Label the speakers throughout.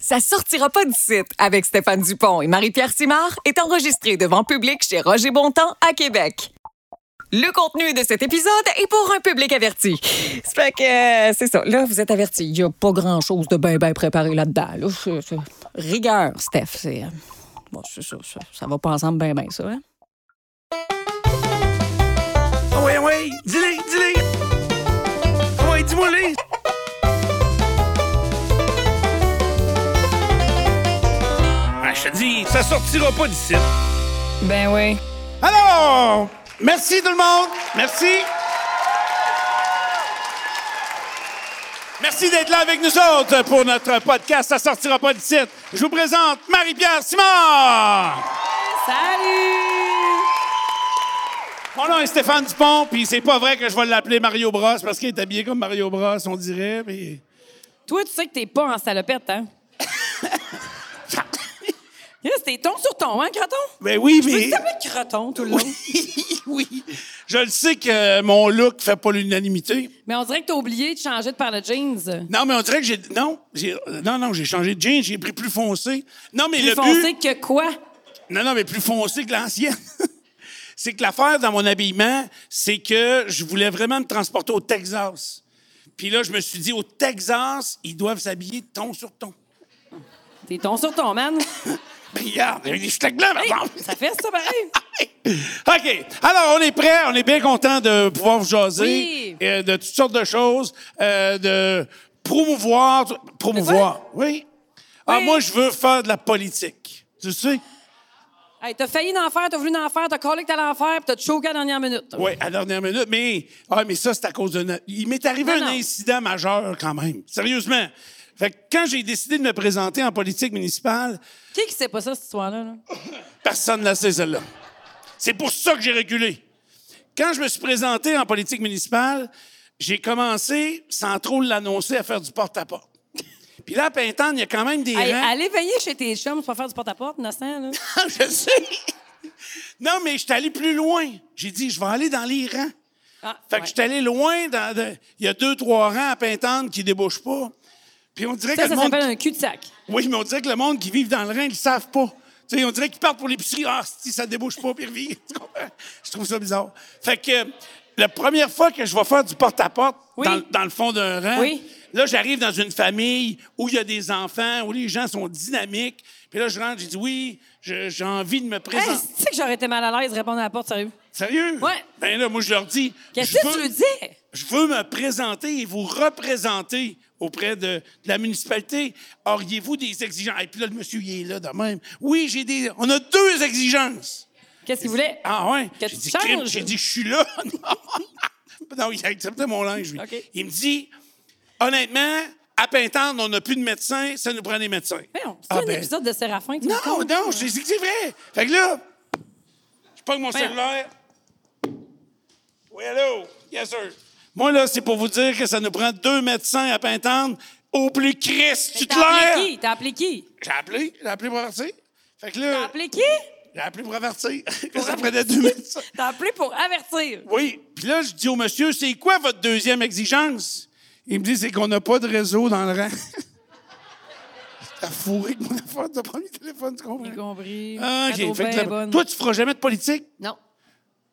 Speaker 1: Ça sortira pas du site avec Stéphane Dupont et Marie-Pierre Simard est enregistré devant public chez Roger Bontemps à Québec. Le contenu de cet épisode est pour un public averti. C'est fait que euh, c'est ça. Là, vous êtes averti. Il n'y a pas grand-chose de bien bien préparé là-dedans. là. C'est- c'est- Rigueur, Steph. C'est euh, bon, c'est ça, ça. Ça va pas ensemble bien bien ça. hein?
Speaker 2: Ah
Speaker 3: Oui, oui, dis-le, dis-le. Oui, dis-moi les. Ah, je te dis, ça sortira pas d'ici.
Speaker 1: Ben oui.
Speaker 3: Alors, merci tout le monde. Merci. Merci d'être là avec nous autres pour notre podcast Ça sortira pas d'ici. Je vous présente Marie-Pierre Simard.
Speaker 1: Salut!
Speaker 3: Mon nom est Stéphane Dupont, puis c'est pas vrai que je vais l'appeler Mario Bros parce qu'il est habillé comme Mario Bros, on dirait. Mais...
Speaker 2: Toi, tu sais que t'es pas en salopette, hein? yes, t'es ton sur ton, hein, Croton?
Speaker 3: Ben oui,
Speaker 2: Tu
Speaker 3: mais.
Speaker 2: t'appelles Croton tout le long.
Speaker 3: Oui, oui. Je le sais que mon look fait pas l'unanimité.
Speaker 2: Mais on dirait que t'as oublié de changer de paire de jeans.
Speaker 3: Non, mais on dirait que j'ai. Non, j'ai- non, non, j'ai changé de jean, j'ai pris plus foncé. Non, mais le
Speaker 2: Plus
Speaker 3: but.
Speaker 2: foncé que quoi?
Speaker 3: Non, non, mais plus foncé que l'ancienne. c'est que l'affaire dans mon habillement, c'est que je voulais vraiment me transporter au Texas. Puis là, je me suis dit, au Texas, ils doivent s'habiller ton sur ton.
Speaker 2: T'es ton sur ton, man.
Speaker 3: Ben, regarde, il y a eu des flaques blancs, par exemple.
Speaker 2: Ça fait ça pareil.
Speaker 3: OK. Alors, on est prêt. On est bien content de pouvoir vous jaser
Speaker 2: Oui.
Speaker 3: euh, de toutes sortes de choses, euh, de promouvoir. Promouvoir. Oui. Ah,
Speaker 2: Oui.
Speaker 3: moi, je veux faire de la politique. Tu sais?
Speaker 2: Hey, t'as failli d'en faire, t'as voulu d'en faire, t'as collé que t'allais en faire, puis t'as choqué à la dernière minute.
Speaker 3: Oui, à la dernière minute. Mais, ah, mais ça, c'est à cause de. no- Il m'est arrivé un
Speaker 2: Non, non.
Speaker 3: incident majeur, quand même. Sérieusement. Fait que quand j'ai décidé de me présenter en politique municipale,
Speaker 2: Qui qui sait pas ça, cette histoire-là? là?
Speaker 3: Personne ne la sait, celle-là. C'est pour ça que j'ai reculé. Quand je me suis présenté en politique municipale, j'ai commencé, sans trop l'annoncer, à faire du porte-à-porte. Puis là, à Pintane, il y a quand même des
Speaker 2: Hey,
Speaker 3: rangs.
Speaker 2: allez veiller chez tes chums, tu vas faire du porte-à-porte, innocent, là.
Speaker 3: je sais. Non, mais je suis allé plus loin. J'ai dit, je vais aller dans les rangs.
Speaker 2: Ah,
Speaker 3: Fait
Speaker 2: ouais.
Speaker 3: que je suis allé loin. Dans de- Il y a deux, trois rangs à Pintane qui débouchent pas. Puis on dirait
Speaker 2: Ça,
Speaker 3: que
Speaker 2: ça
Speaker 3: le monde...
Speaker 2: s'appelle un cul-de-sac.
Speaker 3: Oui, mais on dirait que le monde qui vit dans le Rhin, ils le savent pas. Tu sais, on dirait qu'ils partent pour l'épicerie. Ah, si, ça débouche pas, puis ils revivent. Tu comprends? Je trouve ça bizarre. Fait que euh, la première fois que je vais faire du porte-à-porte
Speaker 2: Oui.
Speaker 3: dans, dans le fond d'un rang,
Speaker 2: Oui.
Speaker 3: là, j'arrive dans une famille où il y a des enfants, où les gens sont dynamiques. Puis là, je rentre, j'ai dit oui, je- j'ai envie de me
Speaker 2: Hey,
Speaker 3: présenter.
Speaker 2: tu sais que j'aurais été mal à l'aise de répondre à la porte, sérieux?
Speaker 3: Sérieux?
Speaker 2: Ouais.
Speaker 3: Ben là, moi, je leur dis.
Speaker 2: Qu'est-ce
Speaker 3: je
Speaker 2: que tu veux dire?
Speaker 3: je veux me présenter et vous représenter auprès de, de la municipalité. Auriez-vous des exigences? Et puis là, le monsieur, il est là de même. Oui, j'ai des. On a deux exigences.
Speaker 2: Qu'est-ce qu'il voulait?
Speaker 3: Ah ouais?
Speaker 2: Que
Speaker 3: J'ai
Speaker 2: tu
Speaker 3: dit,
Speaker 2: changes.
Speaker 3: crime, j'ai dit, je suis là. Non. non, il a accepté mon linge, lui.
Speaker 2: OK.
Speaker 3: Il me dit, honnêtement, à Pintante, on n'a plus de médecins, ça nous prend des médecins.
Speaker 2: Voyons, C'est
Speaker 3: Ah
Speaker 2: un
Speaker 3: ben,
Speaker 2: épisode de Séraphin que tu me
Speaker 3: Non,
Speaker 2: racontes?
Speaker 3: non, je t'ai dit que c'est vrai. Fait que là, je pogne mon cellulaire. Oui, allô? Yes, sir. Moi, là, c'est pour vous dire que ça nous prend deux médecins à Pintendre au plus Christ. Tu te
Speaker 2: T'as appelé
Speaker 3: l'air?
Speaker 2: qui? T'as appelé qui?
Speaker 3: J'ai appelé, j'ai appelé pour avertir. Fait que
Speaker 2: T'as
Speaker 3: là,
Speaker 2: appelé qui?
Speaker 3: j'ai appelé pour avertir que ça prenait deux médecins.
Speaker 2: T'as appelé pour avertir.
Speaker 3: Oui. Puis là, je dis au monsieur, c'est quoi votre deuxième exigence? Il me dit, c'est qu'on n'a pas de réseau dans le rang. T'as fourré que mon affaire de premier téléphone, tu comprends?
Speaker 2: J'ai compris.
Speaker 3: Ah,
Speaker 2: Cadeau
Speaker 3: OK. Fait que
Speaker 2: bien
Speaker 3: la-
Speaker 2: bonne.
Speaker 3: Toi, tu feras jamais de politique.
Speaker 2: Non.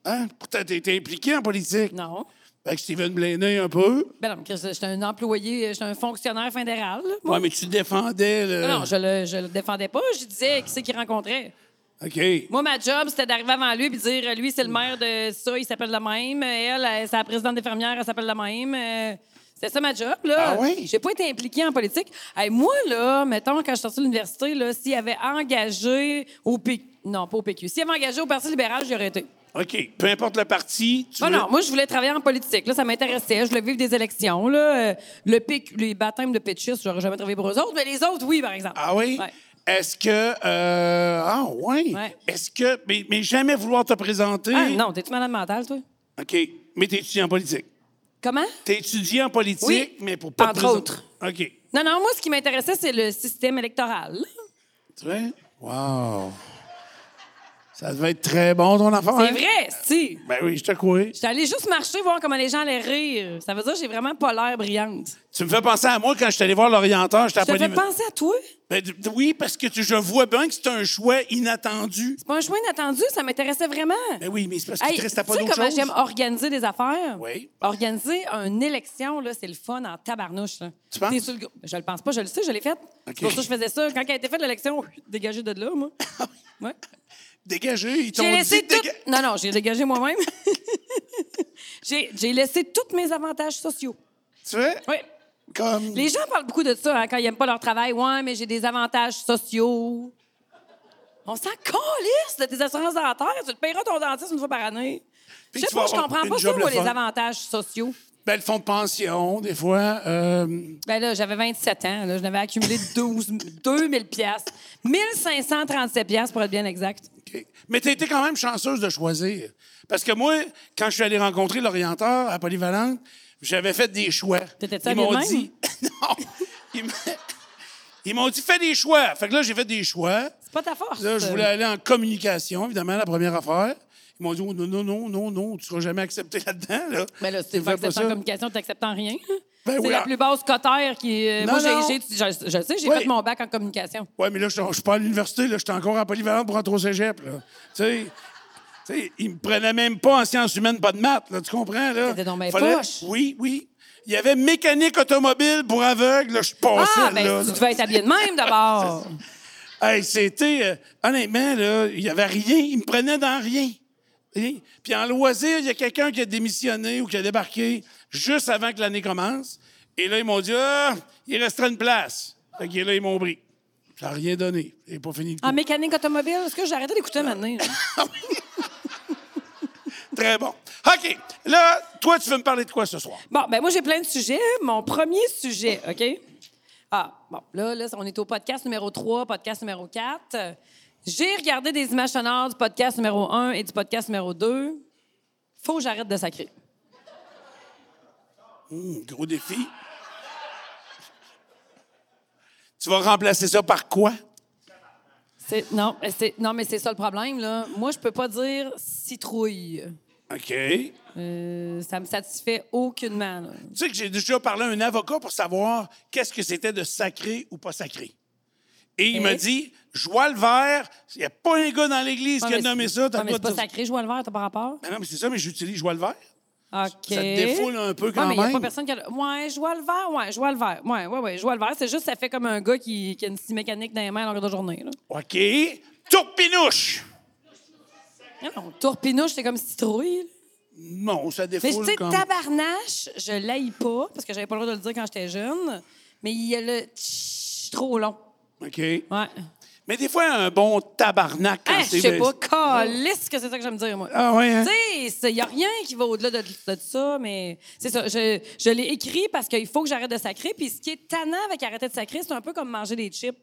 Speaker 3: Hein? Pourtant, t'es t'es impliqué en politique.
Speaker 2: Non.
Speaker 3: Fait que Steven Blaney, un peu.
Speaker 2: Ben non, Chris, j'étais un employé, j'étais un fonctionnaire fédéral. là, moi.
Speaker 3: Ouais, mais tu défendais le...
Speaker 2: Ah Non, non, je le, je le défendais pas. Je disais qui c'est qu'il rencontrait.
Speaker 3: OK.
Speaker 2: Moi, ma job, c'était d'arriver avant lui et dire lui, c'est le maire de ça, il s'appelle le même. Elle, elle, c'est la présidente des fermières, elle s'appelle le même. Euh, C'était ça ma job, là.
Speaker 3: Ah oui?
Speaker 2: J'ai pas été impliquée en politique. Hey, moi, là, mettons, quand je suis sortie de l'université, là, s'il avait engagé au PQ. Non, pas au PQ. S'il avait engagé au Parti libéral, j'y aurais été.
Speaker 3: OK. Peu importe le parti, tu
Speaker 2: Ah
Speaker 3: veux-
Speaker 2: non, moi, je voulais travailler en politique. Là, ça m'intéressait. Je voulais vivre des élections. Là. Euh, Le PQ, les baptêmes de péchistes, j'aurais jamais travaillé pour eux autres, mais les autres, oui, par exemple.
Speaker 3: Ah oui?
Speaker 2: Ouais.
Speaker 3: Est-ce que... euh, Ah oui?
Speaker 2: Ouais.
Speaker 3: Est-ce que... Mais, mais jamais vouloir te présenter...
Speaker 2: Ah, non, t'es-tu malade mentale, toi?
Speaker 3: OK. Mais t'es étudié en politique.
Speaker 2: Comment?
Speaker 3: T'es étudié en politique,
Speaker 2: Oui.
Speaker 3: mais pour pas te
Speaker 2: Entre
Speaker 3: présenter.
Speaker 2: autres.
Speaker 3: OK.
Speaker 2: Non, non, moi, ce qui m'intéressait, c'est le système électoral.
Speaker 3: Tu vois? Wow. Ça devait être très bon, ton affaire. hein?
Speaker 2: C'est vrai, si.
Speaker 3: Ben oui, je te crois.
Speaker 2: J'étais allée juste marcher, voir comment les gens allaient rire. Ça veut dire que j'ai vraiment pas l'air brillante.
Speaker 3: Tu me fais penser à moi quand je suis allé voir l'orienteur, j'étais à
Speaker 2: Je te fais
Speaker 3: Polymer-
Speaker 2: penser à toi.
Speaker 3: Ben, d- oui, parce que tu- je vois bien que c'est un choix inattendu.
Speaker 2: C'est pas un choix inattendu, ça m'intéressait vraiment.
Speaker 3: Ben oui, mais c'est parce
Speaker 2: Hey,
Speaker 3: qu'il te restait pas
Speaker 2: tu sais
Speaker 3: d'autre
Speaker 2: comment
Speaker 3: chose.
Speaker 2: j'aime organiser des affaires?
Speaker 3: Oui.
Speaker 2: Organiser une élection, là, c'est le fun en tabarnouche. Là.
Speaker 3: Tu penses?
Speaker 2: T'es sur le gr- Je le pense pas, je le sais, je l'ai faite.
Speaker 3: OK.
Speaker 2: C'est pour ça que je faisais ça. Quand elle a été faite, l'élection, dégagée de là, moi.
Speaker 3: Ah
Speaker 2: Ouais.
Speaker 3: Dégagé, ils t'ont
Speaker 2: J'ai
Speaker 3: dit...
Speaker 2: laissé tout...
Speaker 3: déga-
Speaker 2: Non, non, j'ai dégagé moi-même. j'ai j'ai laissé tous mes avantages sociaux.
Speaker 3: Tu vois?
Speaker 2: Oui.
Speaker 3: Comme...
Speaker 2: Les gens parlent beaucoup de ça hein, quand ils n'aiment pas leur travail. Ouais, mais j'ai des avantages sociaux. On s'en calisse de tes assurances dentaires. Tu te payeras ton dentiste une fois par année. Je
Speaker 3: Puis
Speaker 2: sais
Speaker 3: tu vas
Speaker 2: pas, je
Speaker 3: avoir
Speaker 2: comprends
Speaker 3: une
Speaker 2: pas ça,
Speaker 3: job
Speaker 2: moi,
Speaker 3: le
Speaker 2: les
Speaker 3: fun.
Speaker 2: avantages sociaux.
Speaker 3: Ben, le fonds de pension, des fois. euh,
Speaker 2: Ben là, j'avais 27 ans. Là, je n'avais accumulé 12, 2000 piastres. 1537 piastres, pour être bien exact.
Speaker 3: OK. Mais tu été quand même chanceuse de choisir. Parce que moi, quand je suis allé rencontrer l'orienteur à Polyvalente, j'avais fait des choix.
Speaker 2: T'étais-tu
Speaker 3: Ils
Speaker 2: habillée
Speaker 3: m'ont
Speaker 2: de même?
Speaker 3: dit. non. Ils m'a- Ils m'ont dit, fais des choix. Fait que là, j'ai fait des choix.
Speaker 2: C'est pas ta force. euh,
Speaker 3: Là, je voulais aller en communication, évidemment, la première affaire. Ils m'ont dit, oh, non, non, non, non, non, tu seras jamais accepté là-dedans. Là.
Speaker 2: Mais là, si
Speaker 3: Tu
Speaker 2: tu
Speaker 3: fais pas
Speaker 2: acceptes
Speaker 3: ça.
Speaker 2: en communication, tu n'acceptes en rien.
Speaker 3: Ben
Speaker 2: c'est
Speaker 3: oui,
Speaker 2: la
Speaker 3: en-
Speaker 2: plus basse cotère qui. euh,
Speaker 3: Non,
Speaker 2: moi,
Speaker 3: non.
Speaker 2: j'ai, j'ai- je, je sais, j'ai
Speaker 3: Oui.
Speaker 2: fait mon bac en communication.
Speaker 3: Ouais, mais là, je je suis pas à l'université, là, je suis encore en polyvalente pour rentrer au cégep, là. Tu sais, tu sais, ils me prenaient même pas en sciences humaines, pas de maths, là, tu comprends, là?
Speaker 2: C'était donc bien poche.
Speaker 3: Oui, oui. Il y avait mécanique automobile pour aveugles, là, je passais, là.
Speaker 2: Ah, ben, tu devais être habillé de même d'abord.
Speaker 3: Hey, c'était... euh, honnêtement, là, il y avait rien, ils me prenaient dans rien. Rien. Puis en loisir, il y a quelqu'un qui a démissionné ou qui a débarqué juste avant que l'année commence. Et là, ils m'ont dit, ah, il restera une place. Fait que là, ils m'ont pris. Ça n'a rien donné. J'ai pas fini le
Speaker 2: en mécanique automobile, est-ce que j'ai arrêté d'écouter maintenant? là?
Speaker 3: Très bon. OK. Là, toi, tu veux me parler de quoi ce soir?
Speaker 2: Bon, ben moi, j'ai plein de sujets. Mon premier sujet, OK? Ah, bon, là, là, on est au podcast numéro 3, podcast numéro 4. J'ai regardé des images sonores du podcast numéro 1 et du podcast numéro 2. Faut que j'arrête de sacrer.
Speaker 3: Hum, gros défi. Tu vas remplacer ça par quoi?
Speaker 2: C'est- Non, mais c'est- non, mais c'est ça le problème, là. Moi, je peux pas dire citrouille.
Speaker 3: OK. Tu
Speaker 2: Euh, ça me satisfait aucunement, là.
Speaker 3: sais que j'ai déjà parlé à un avocat pour savoir qu'est-ce que c'était de sacré ou pas sacré. Et il
Speaker 2: Eh?
Speaker 3: m'a dit, je vois le vert, il n'y a pas un gars dans l'église qui
Speaker 2: Ouais,
Speaker 3: a
Speaker 2: Ah, mais
Speaker 3: nommé
Speaker 2: c'est-
Speaker 3: ça. t'as
Speaker 2: ouais, mais
Speaker 3: le
Speaker 2: c'est
Speaker 3: droit
Speaker 2: pas
Speaker 3: de dire-
Speaker 2: sacré, je vois le vert, t'as pas rapport?
Speaker 3: Ben non, mais c'est ça, mais j'utilise je vois le vert.
Speaker 2: OK.
Speaker 3: Ça te défoule un peu quand
Speaker 2: Ouais, mais Il n'y
Speaker 3: même.
Speaker 2: a pas personne qui a. le- Ouais, je vois le vert, ouais, je vois le vert. Ouais, ouais, ouais, je vois le vert. C'est juste, ça fait comme un gars qui, qui a une scie mécanique dans les mains à longueur de journée. Là.
Speaker 3: OK. Tourpinouche!
Speaker 2: Non, non, tourpinouche, c'est comme citrouille. là.
Speaker 3: Non, ça
Speaker 2: Mais tu
Speaker 3: défoule
Speaker 2: sais,
Speaker 3: comme...
Speaker 2: tabarnache, je l'haïs pas, parce que j'avais pas le droit de le dire quand j'étais jeune. Mais il y a le tch trop long.
Speaker 3: OK.
Speaker 2: Ouais.
Speaker 3: Mais des fois, un bon tabarnak... quand
Speaker 2: Hein,
Speaker 3: c'est-
Speaker 2: je sais pas, calisse que c'est ça que j'aime dire, moi.
Speaker 3: Ah ouais, hein?
Speaker 2: Tu sais, il n'y a rien qui va au-delà de, de ça, mais c'est ça. Je, je l'ai écrit parce qu'il faut que j'arrête de sacrer. Puis ce qui est tannant avec arrêter de sacrer, c'est un peu comme manger des chips.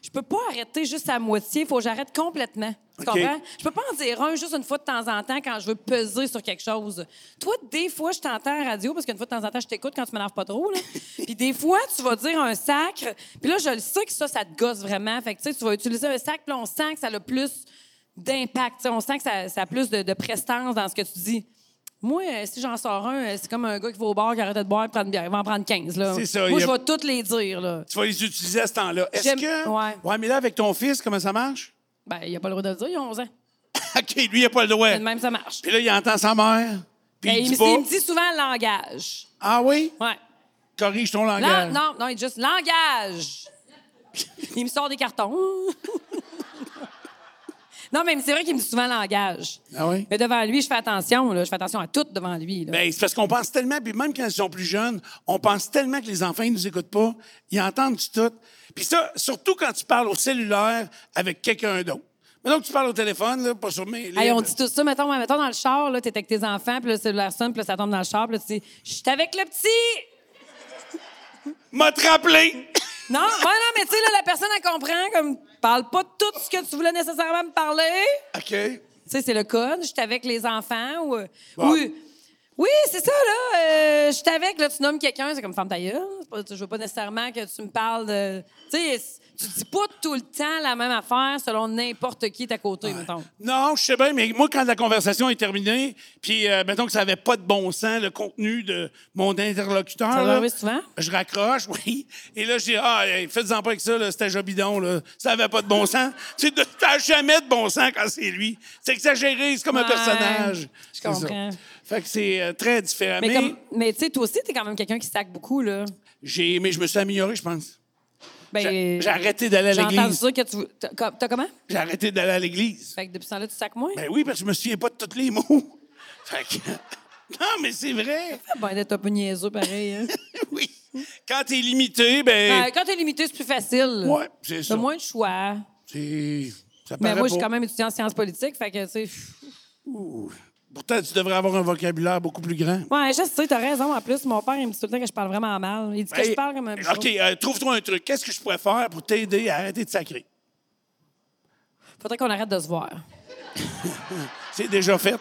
Speaker 2: Je peux pas arrêter juste à moitié. Il faut que j'arrête complètement. Tu
Speaker 3: OK.
Speaker 2: comprends? Je peux pas en dire un juste une fois de temps en temps quand je veux peser sur quelque chose. Toi, des fois, je t'entends à la radio parce qu'une fois de temps en temps, je t'écoute quand tu m'énerves pas trop. là. puis des fois, tu vas dire un sacre. Puis là, je le sais que ça, ça te gosse vraiment. Fait que tu sais, tu vas utiliser un sacre, puis là, on sent que ça a le plus d'impact. Tu sais, On sent que ça, ça a plus de, de prestance dans ce que tu dis. Moi, euh, si j'en sors un, euh, c'est comme un gars qui va au bar, qui arrête de boire, et prend une bière. Il va en prendre 15. Là.
Speaker 3: C'est ça,
Speaker 2: Moi,
Speaker 3: il y
Speaker 2: je
Speaker 3: a-
Speaker 2: vais toutes les dire. Là.
Speaker 3: Tu vas les utiliser à ce temps-là. Est-ce
Speaker 2: J'aime-
Speaker 3: que.
Speaker 2: ouais.
Speaker 3: mais là, avec ton fils, comment ça marche?
Speaker 2: Ben, il a pas le droit de le dire, il a 11 ans.
Speaker 3: OK, lui, il n'a pas le droit.
Speaker 2: Mais de même, ça marche.
Speaker 3: Puis là, il entend sa mère. Puis
Speaker 2: Ben,
Speaker 3: il dit
Speaker 2: il, me-
Speaker 3: pas.
Speaker 2: il me dit souvent langage.
Speaker 3: Ah oui?
Speaker 2: Ouais.
Speaker 3: Corrige ton
Speaker 2: Lan-
Speaker 3: langage.
Speaker 2: non, non, il dit juste langage. il me sort des cartons. non, mais c'est vrai qu'il me dit souvent langage.
Speaker 3: Ah oui?
Speaker 2: Mais devant lui, je fais attention. Là. Je fais attention à tout devant lui. Là.
Speaker 3: Ben, c'est parce qu'on pense tellement, puis même quand ils sont plus jeunes, on pense tellement que les enfants, ils nous écoutent pas. Ils entendent du tout. Puis ça, surtout quand tu parles au cellulaire avec quelqu'un d'autre. Mais donc, tu parles au téléphone, là, pas sur mes.
Speaker 2: Hey, on
Speaker 3: livres.
Speaker 2: dit tout ça, mettons, mettons dans le char, là, t'es avec tes enfants, puis le cellulaire sonne, puis là, ça tombe dans le char, puis là, tu dis « Je suis avec le petit!
Speaker 3: M'a te rappelé! »
Speaker 2: Non, ouais, non, mais tu sais, là, la personne, elle comprend, comme « Parle pas de tout ce que tu voulais nécessairement me parler!
Speaker 3: OK. »
Speaker 2: Tu sais, c'est le code, « Je suis avec les enfants » ou...
Speaker 3: Bon.
Speaker 2: ou- Oui, c'est ça, là. Euh, je suis avec, là, tu nommes quelqu'un, c'est comme femme ta gueule. C'est pas- Je veux pas nécessairement que tu me parles de. Tu sais, tu dis pas tout le temps la même affaire selon n'importe qui est à côté, mettons.
Speaker 3: Non, je sais bien, mais moi, quand la conversation est terminée, puis euh, mettons que ça n'avait pas de bon sens, le contenu de mon interlocuteur.
Speaker 2: Ça va
Speaker 3: Ah, là,
Speaker 2: arriver souvent?
Speaker 3: Je raccroche, oui. Et là, je dis, ah, hey, faites-en pas avec ça, là, c'était jobidon, là. Ça n'avait pas de bon sens. Tu sais, t'as jamais de bon sens quand c'est lui. C'est exagéré, c'est comme un
Speaker 2: Ouais,
Speaker 3: personnage.
Speaker 2: je
Speaker 3: C'est ça.
Speaker 2: comprends.
Speaker 3: Fait que c'est euh, très différent.
Speaker 2: Mais,
Speaker 3: Mais,
Speaker 2: comme- mais tu sais, toi aussi, t'es quand même quelqu'un qui stack beaucoup, là.
Speaker 3: j'ai, mais je me suis amélioré, je pense. J'ai
Speaker 2: Ben,
Speaker 3: j'ai arrêté d'aller à
Speaker 2: J'ai entendu
Speaker 3: l'église.
Speaker 2: ça que tu. T'as com- t'as comment?
Speaker 3: J'ai arrêté d'aller à l'église.
Speaker 2: Fait que depuis ce temps-là, tu sacs moins?
Speaker 3: Ben oui, parce que je me souviens pas de tous les mots. Fait que... Non, mais c'est vrai.
Speaker 2: Ben, d'être un peu niaiseux, pareil. hein.
Speaker 3: Oui. Quand t'es limité, ben.
Speaker 2: Ben, quand t'es limité, c'est plus facile.
Speaker 3: Ouais, c'est ça.
Speaker 2: T'as moins de choix.
Speaker 3: C'est. Ça
Speaker 2: Mais
Speaker 3: paraît
Speaker 2: Ben, moi, je suis
Speaker 3: pas.
Speaker 2: quand même étudiant en sciences politiques, fait que, tu sais. pff.
Speaker 3: Pourtant, tu devrais avoir un vocabulaire beaucoup plus grand.
Speaker 2: Ouais, je sais, t'as raison. En plus, mon père, il me dit tout le temps que je parle vraiment mal. Il dit que
Speaker 3: Hey,
Speaker 2: je parle comme un bichon.
Speaker 3: Ben, OK, euh, trouve-toi un truc. Qu'est-ce que je pourrais faire pour t'aider à arrêter de sacrer?
Speaker 2: Faudrait qu'on arrête de se voir.
Speaker 3: C'est déjà fait.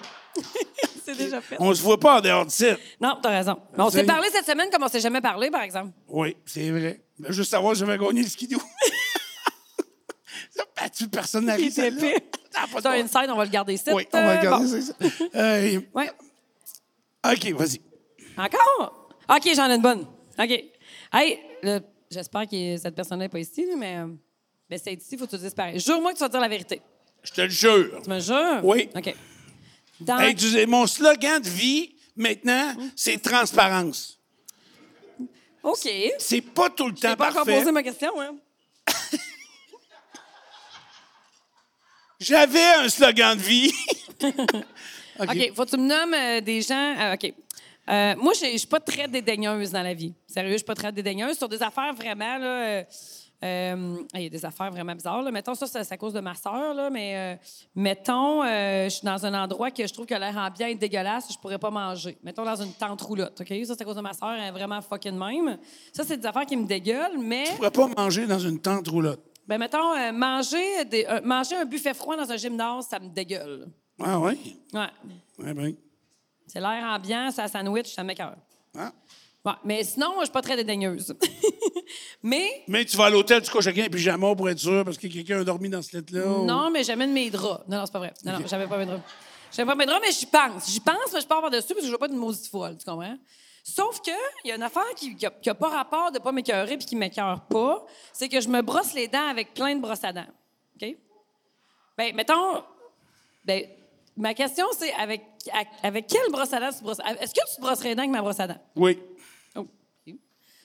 Speaker 2: C'est déjà fait.
Speaker 3: On se voit pas en dehors de ça.
Speaker 2: Non, t'as raison. Mais on
Speaker 3: C'est-
Speaker 2: s'est parlé cette semaine comme on s'est jamais parlé, par exemple.
Speaker 3: Oui, c'est vrai. Je veux juste savoir si j'avais gagné le skidoo. ça, ben, tu personnalises.
Speaker 2: Il est
Speaker 3: celle-là.
Speaker 2: épais.
Speaker 3: Ça a pas de
Speaker 2: C'est
Speaker 3: bon-
Speaker 2: une scène, on va le garder ici.
Speaker 3: Oui, on va
Speaker 2: Euh,
Speaker 3: regarder
Speaker 2: bon.
Speaker 3: ça. Euh,
Speaker 2: Ouais.
Speaker 3: OK, vas-y.
Speaker 2: Encore? OK, j'en ai une bonne. OK. Hey, là, j'espère que cette personne-là n'est pas ici, là, mais euh, ben, c'est ici, il faut que tu dises pareil. Jure-moi que tu vas dire la vérité.
Speaker 3: Je te le jure.
Speaker 2: Tu me jures?
Speaker 3: Oui.
Speaker 2: OK. Dans...
Speaker 3: Hey, tu sais, mon slogan de vie, maintenant, c'est transparence.
Speaker 2: OK. J'ai
Speaker 3: C'est pas tout le temps
Speaker 2: pas encore
Speaker 3: parfait.
Speaker 2: posé ma question, hein?
Speaker 3: J'avais un slogan de vie. OK.
Speaker 2: OK, faut que tu me nommes euh, des gens. euh, OK. Euh, moi, j'ai- je suis pas très dédaigneuse dans la vie. Sérieux, je suis pas très dédaigneuse. Sur des affaires vraiment, là. euh, euh, ah, il y a des affaires vraiment bizarres. Là. Mettons, ça, ça, c'est à cause de ma sœur, là, mais euh, mettons, euh, je suis dans un endroit que je trouve que l'air ambiant est dégueulasse, je pourrais pas manger. Mettons, dans une tente roulotte, OK? Ça, c'est à cause de ma sœur, elle est vraiment fucking même. Ça, c'est des affaires qui me dégueulent, mais...
Speaker 3: Je pourrais pas manger dans une tente roulotte.
Speaker 2: Ben, mettons, euh, manger, des- euh, manger un buffet froid dans un gymnase, ça me dégueule.
Speaker 3: Ah oui?
Speaker 2: Ouais.
Speaker 3: Ouais, ben.
Speaker 2: C'est l'air ambiant, ça sandwich, ça m'écœure.
Speaker 3: Ah.
Speaker 2: Ouais, mais sinon, moi, je suis pas très dédaigneuse. mais
Speaker 3: Mais tu vas à l'hôtel, tu couches avec un pyjama pour être sûr parce que quelqu'un a dormi dans cette lettre-là. ou-
Speaker 2: non, mais j'amène mes draps. Non, non, c'est pas vrai. Non, non, j'avais pas mes draps. J'avais pas mes draps, mais j'y pense. J'y pense, mais je pars par-dessus parce que je veux pas être une maudite folle, tu comprends? Sauf que il y a une affaire qui n'a pas rapport de pas m'écœurer puis qui m'écœure pas, c'est que je me brosse les dents avec plein de brosses à dents. OK? Ben, mettons, ben, ma question, c'est avec, à- avec quelle brosse à dents tu te brosses? Est-ce que tu te brosserais les dents avec ma brosse à dents?
Speaker 3: Oui.
Speaker 2: Oh.